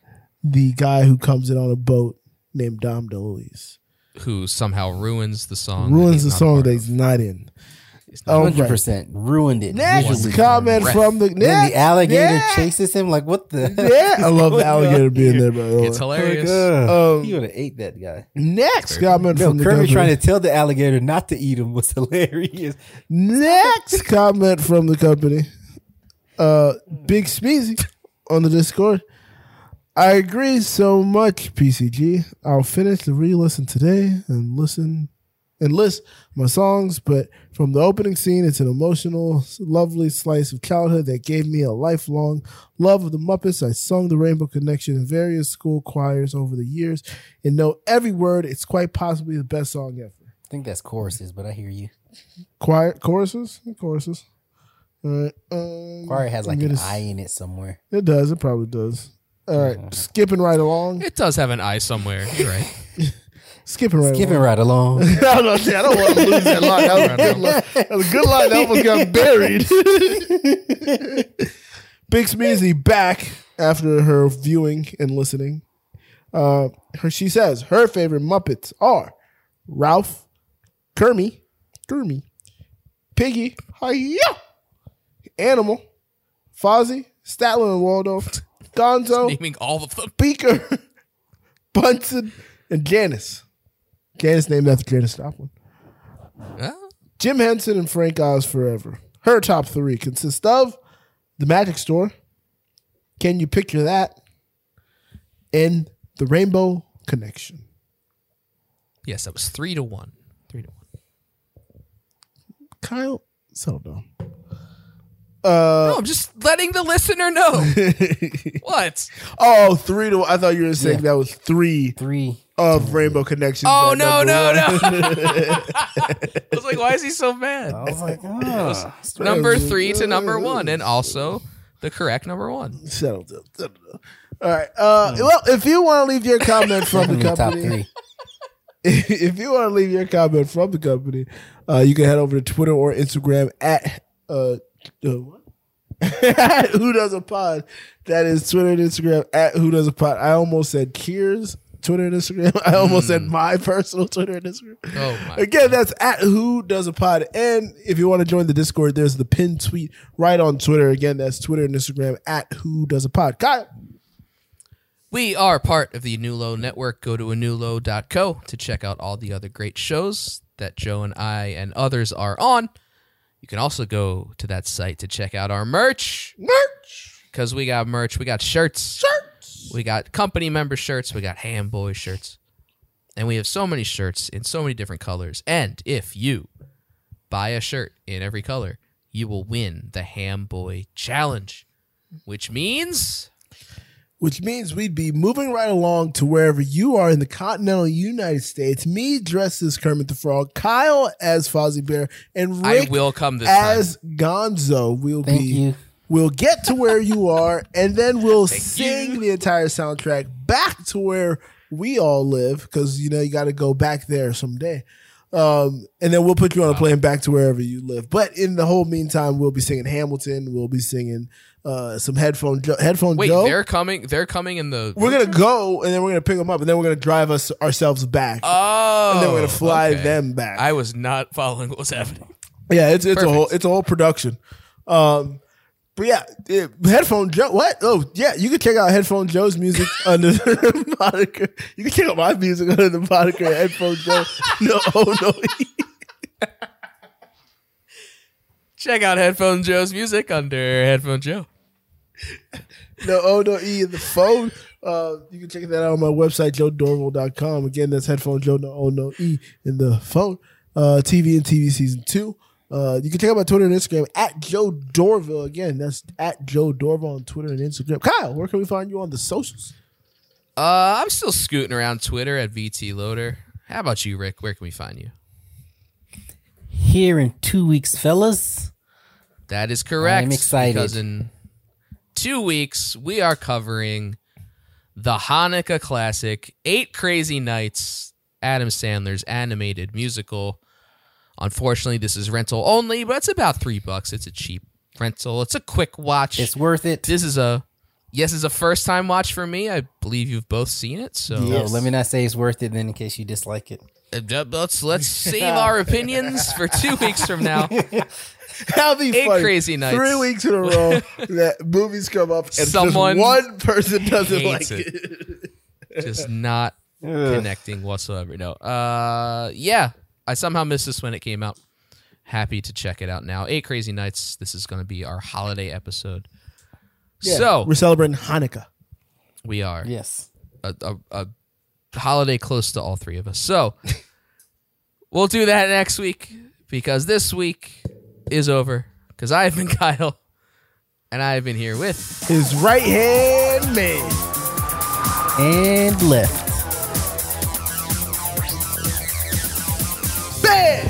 the guy who comes in on a boat named Dom DeLuise. Who somehow ruins the song. that he's Ruins the not a song part that of. he's not in. All right. Hundred percent ruined it. Next visually. comment breath. from the Then the alligator yeah, chases him. Like what the? Yeah, I love the alligator being there, by the way. It's hilarious. Um, he would have ate that guy. Next comment No, from the Kirby company. trying to tell the alligator not to eat him was *laughs* hilarious. Next comment from the company. Uh Big Smeezy on the Discord. I agree so much, PCG. I'll finish the re-listen today and listen and list my songs, but from the opening scene, it's an emotional, lovely slice of childhood that gave me a lifelong love of the Muppets. I sung the Rainbow Connection in various school choirs over the years and know every word. It's quite possibly the best song ever. I think that's choruses, but I hear you. Choir choruses, choruses. All right. Um, Choir has like an I in it somewhere. It does. It probably does. All right, skipping right along. It does have an eye somewhere. *laughs* You're right. skipping right. Skipping along. right *laughs* along. I, don't know, see, I don't want to lose that line. That was a good line. That was a good line. That almost got buried. *laughs* Big Smeezy back after her viewing and listening. Uh, her, she says her favorite Muppets are Ralph, Kermit, Kermit, Piggy, Hiya, Animal, Fozzie, Statler and Waldorf, Gonzo, Naming all of them. Beaker, *laughs* Bunsen, and Janice. Janice named after Janice Joplin. Uh, Jim Henson and Frank Oz Forever. Her top three consist of The Magic Store, Can You Picture That, and The Rainbow Connection. Yes, that was three to one. Three to one. Kyle, so dumb. no, Uh, I'm just letting the listener *laughs* know. what? oh, three to one. I thought you were saying Yeah. that was three Three. of Rainbow Connection. Oh, that no, no, no. number one. *laughs* I was like, why is he so mad? Oh I was like, *laughs* ah. number three to number one, and also the correct number one. Settle down. Settle down. All right. Uh, Well, if you want to leave *laughs* your comment from the Definitely top company, three. *laughs* if you want to leave your comment from the company, uh, you can head over to Twitter or Instagram at uh, uh, what? *laughs* At Who Does a Pod. That is Twitter and Instagram at Who Does a Pod. I almost said Cheers Twitter and Instagram. *laughs* I almost said my personal Twitter and Instagram. Oh my! Again, that's at Who Does a Pod. And if you want to join the Discord, there's the pinned tweet right on Twitter. Again, that's Twitter and Instagram at Who Does a Pod. Kyle. We are part of the Anulo Network. Go to anulo.co to check out all the other great shows that Joe and I and others are on. You can also go to that site to check out our merch. Merch. Because we got merch. We got shirts. Shirts. We got company member shirts. We got ham boy shirts. And we have so many shirts in so many different colors. And if you buy a shirt in every color, you will win the ham boy challenge, which means Which means we'd be moving right along to wherever you are in the continental United States. Me dressed as Kermit the Frog, Kyle as Fozzie Bear, and I Rick will come this time. as Gonzo. We'll Thank be you. we'll get to where you are, and then we'll Thank sing you. the entire soundtrack back to where we all live, because you know you got to go back there someday. Um, and then we'll put you on a plane back to wherever you live. But in the whole meantime, we'll be singing Hamilton. We'll be singing uh, some headphone jo- headphone Wait, Joe. they're coming. They're coming in the. We're gonna go, and then we're gonna pick them up, and then we're gonna drive us ourselves back, Oh, and then we're gonna fly okay. them back. I was not following what was happening. yeah, it's it's a Perfect. whole it's a whole production. Um, but yeah, it- headphone Joe. What? Oh yeah, you can check out headphone Joe's music *laughs* under the moniker. You can check out my music under the moniker headphone *laughs* Joe. No, oh no. Check out Headphone Joe's music under Headphone Joe. No, oh no, E in the phone. Uh, you can check that out on my website, joedorval.com. Again, that's headphone Joe, no, oh no, E in the phone. Uh, TV and TV season two. Uh, you can check out my Twitter and Instagram at Joe Dorville. Again, that's at Joe Dorville on Twitter and Instagram. Kyle, where can we find you on the socials? *laughs* Uh, I'm still scooting around Twitter at VT Loader. How about you, Rick? Where can we find you? Here in two weeks, fellas. That is correct. I'm excited. Because in two weeks, we are covering the Hanukkah classic, Eight Crazy Nights, Adam Sandler's animated musical. Unfortunately, this is rental only, but it's about three bucks. It's a cheap rental. It's a quick watch. It's worth it. this is a yes, is a first time watch for me. I believe you've both seen it, so No, let me not say it's worth it. Then in case you dislike it, Uh, let's let's save our opinions for two weeks from now. *laughs* That'll be Eight funny. crazy nights. Three weeks in a row *laughs* that movies come up and Someone just one person doesn't like hates it. *laughs* just not connecting whatsoever. No. Uh yeah. I somehow missed this when it came out. Happy to check it out now. Eight Crazy Nights. This is gonna be our holiday episode. Yeah, So we're celebrating Hanukkah. we are yes. a, a, a holiday close to all three of us. So *laughs* We'll do that next week because this week is over. Because I've been *laughs* Kyle, and I've been here with his right hand man and left. Bang!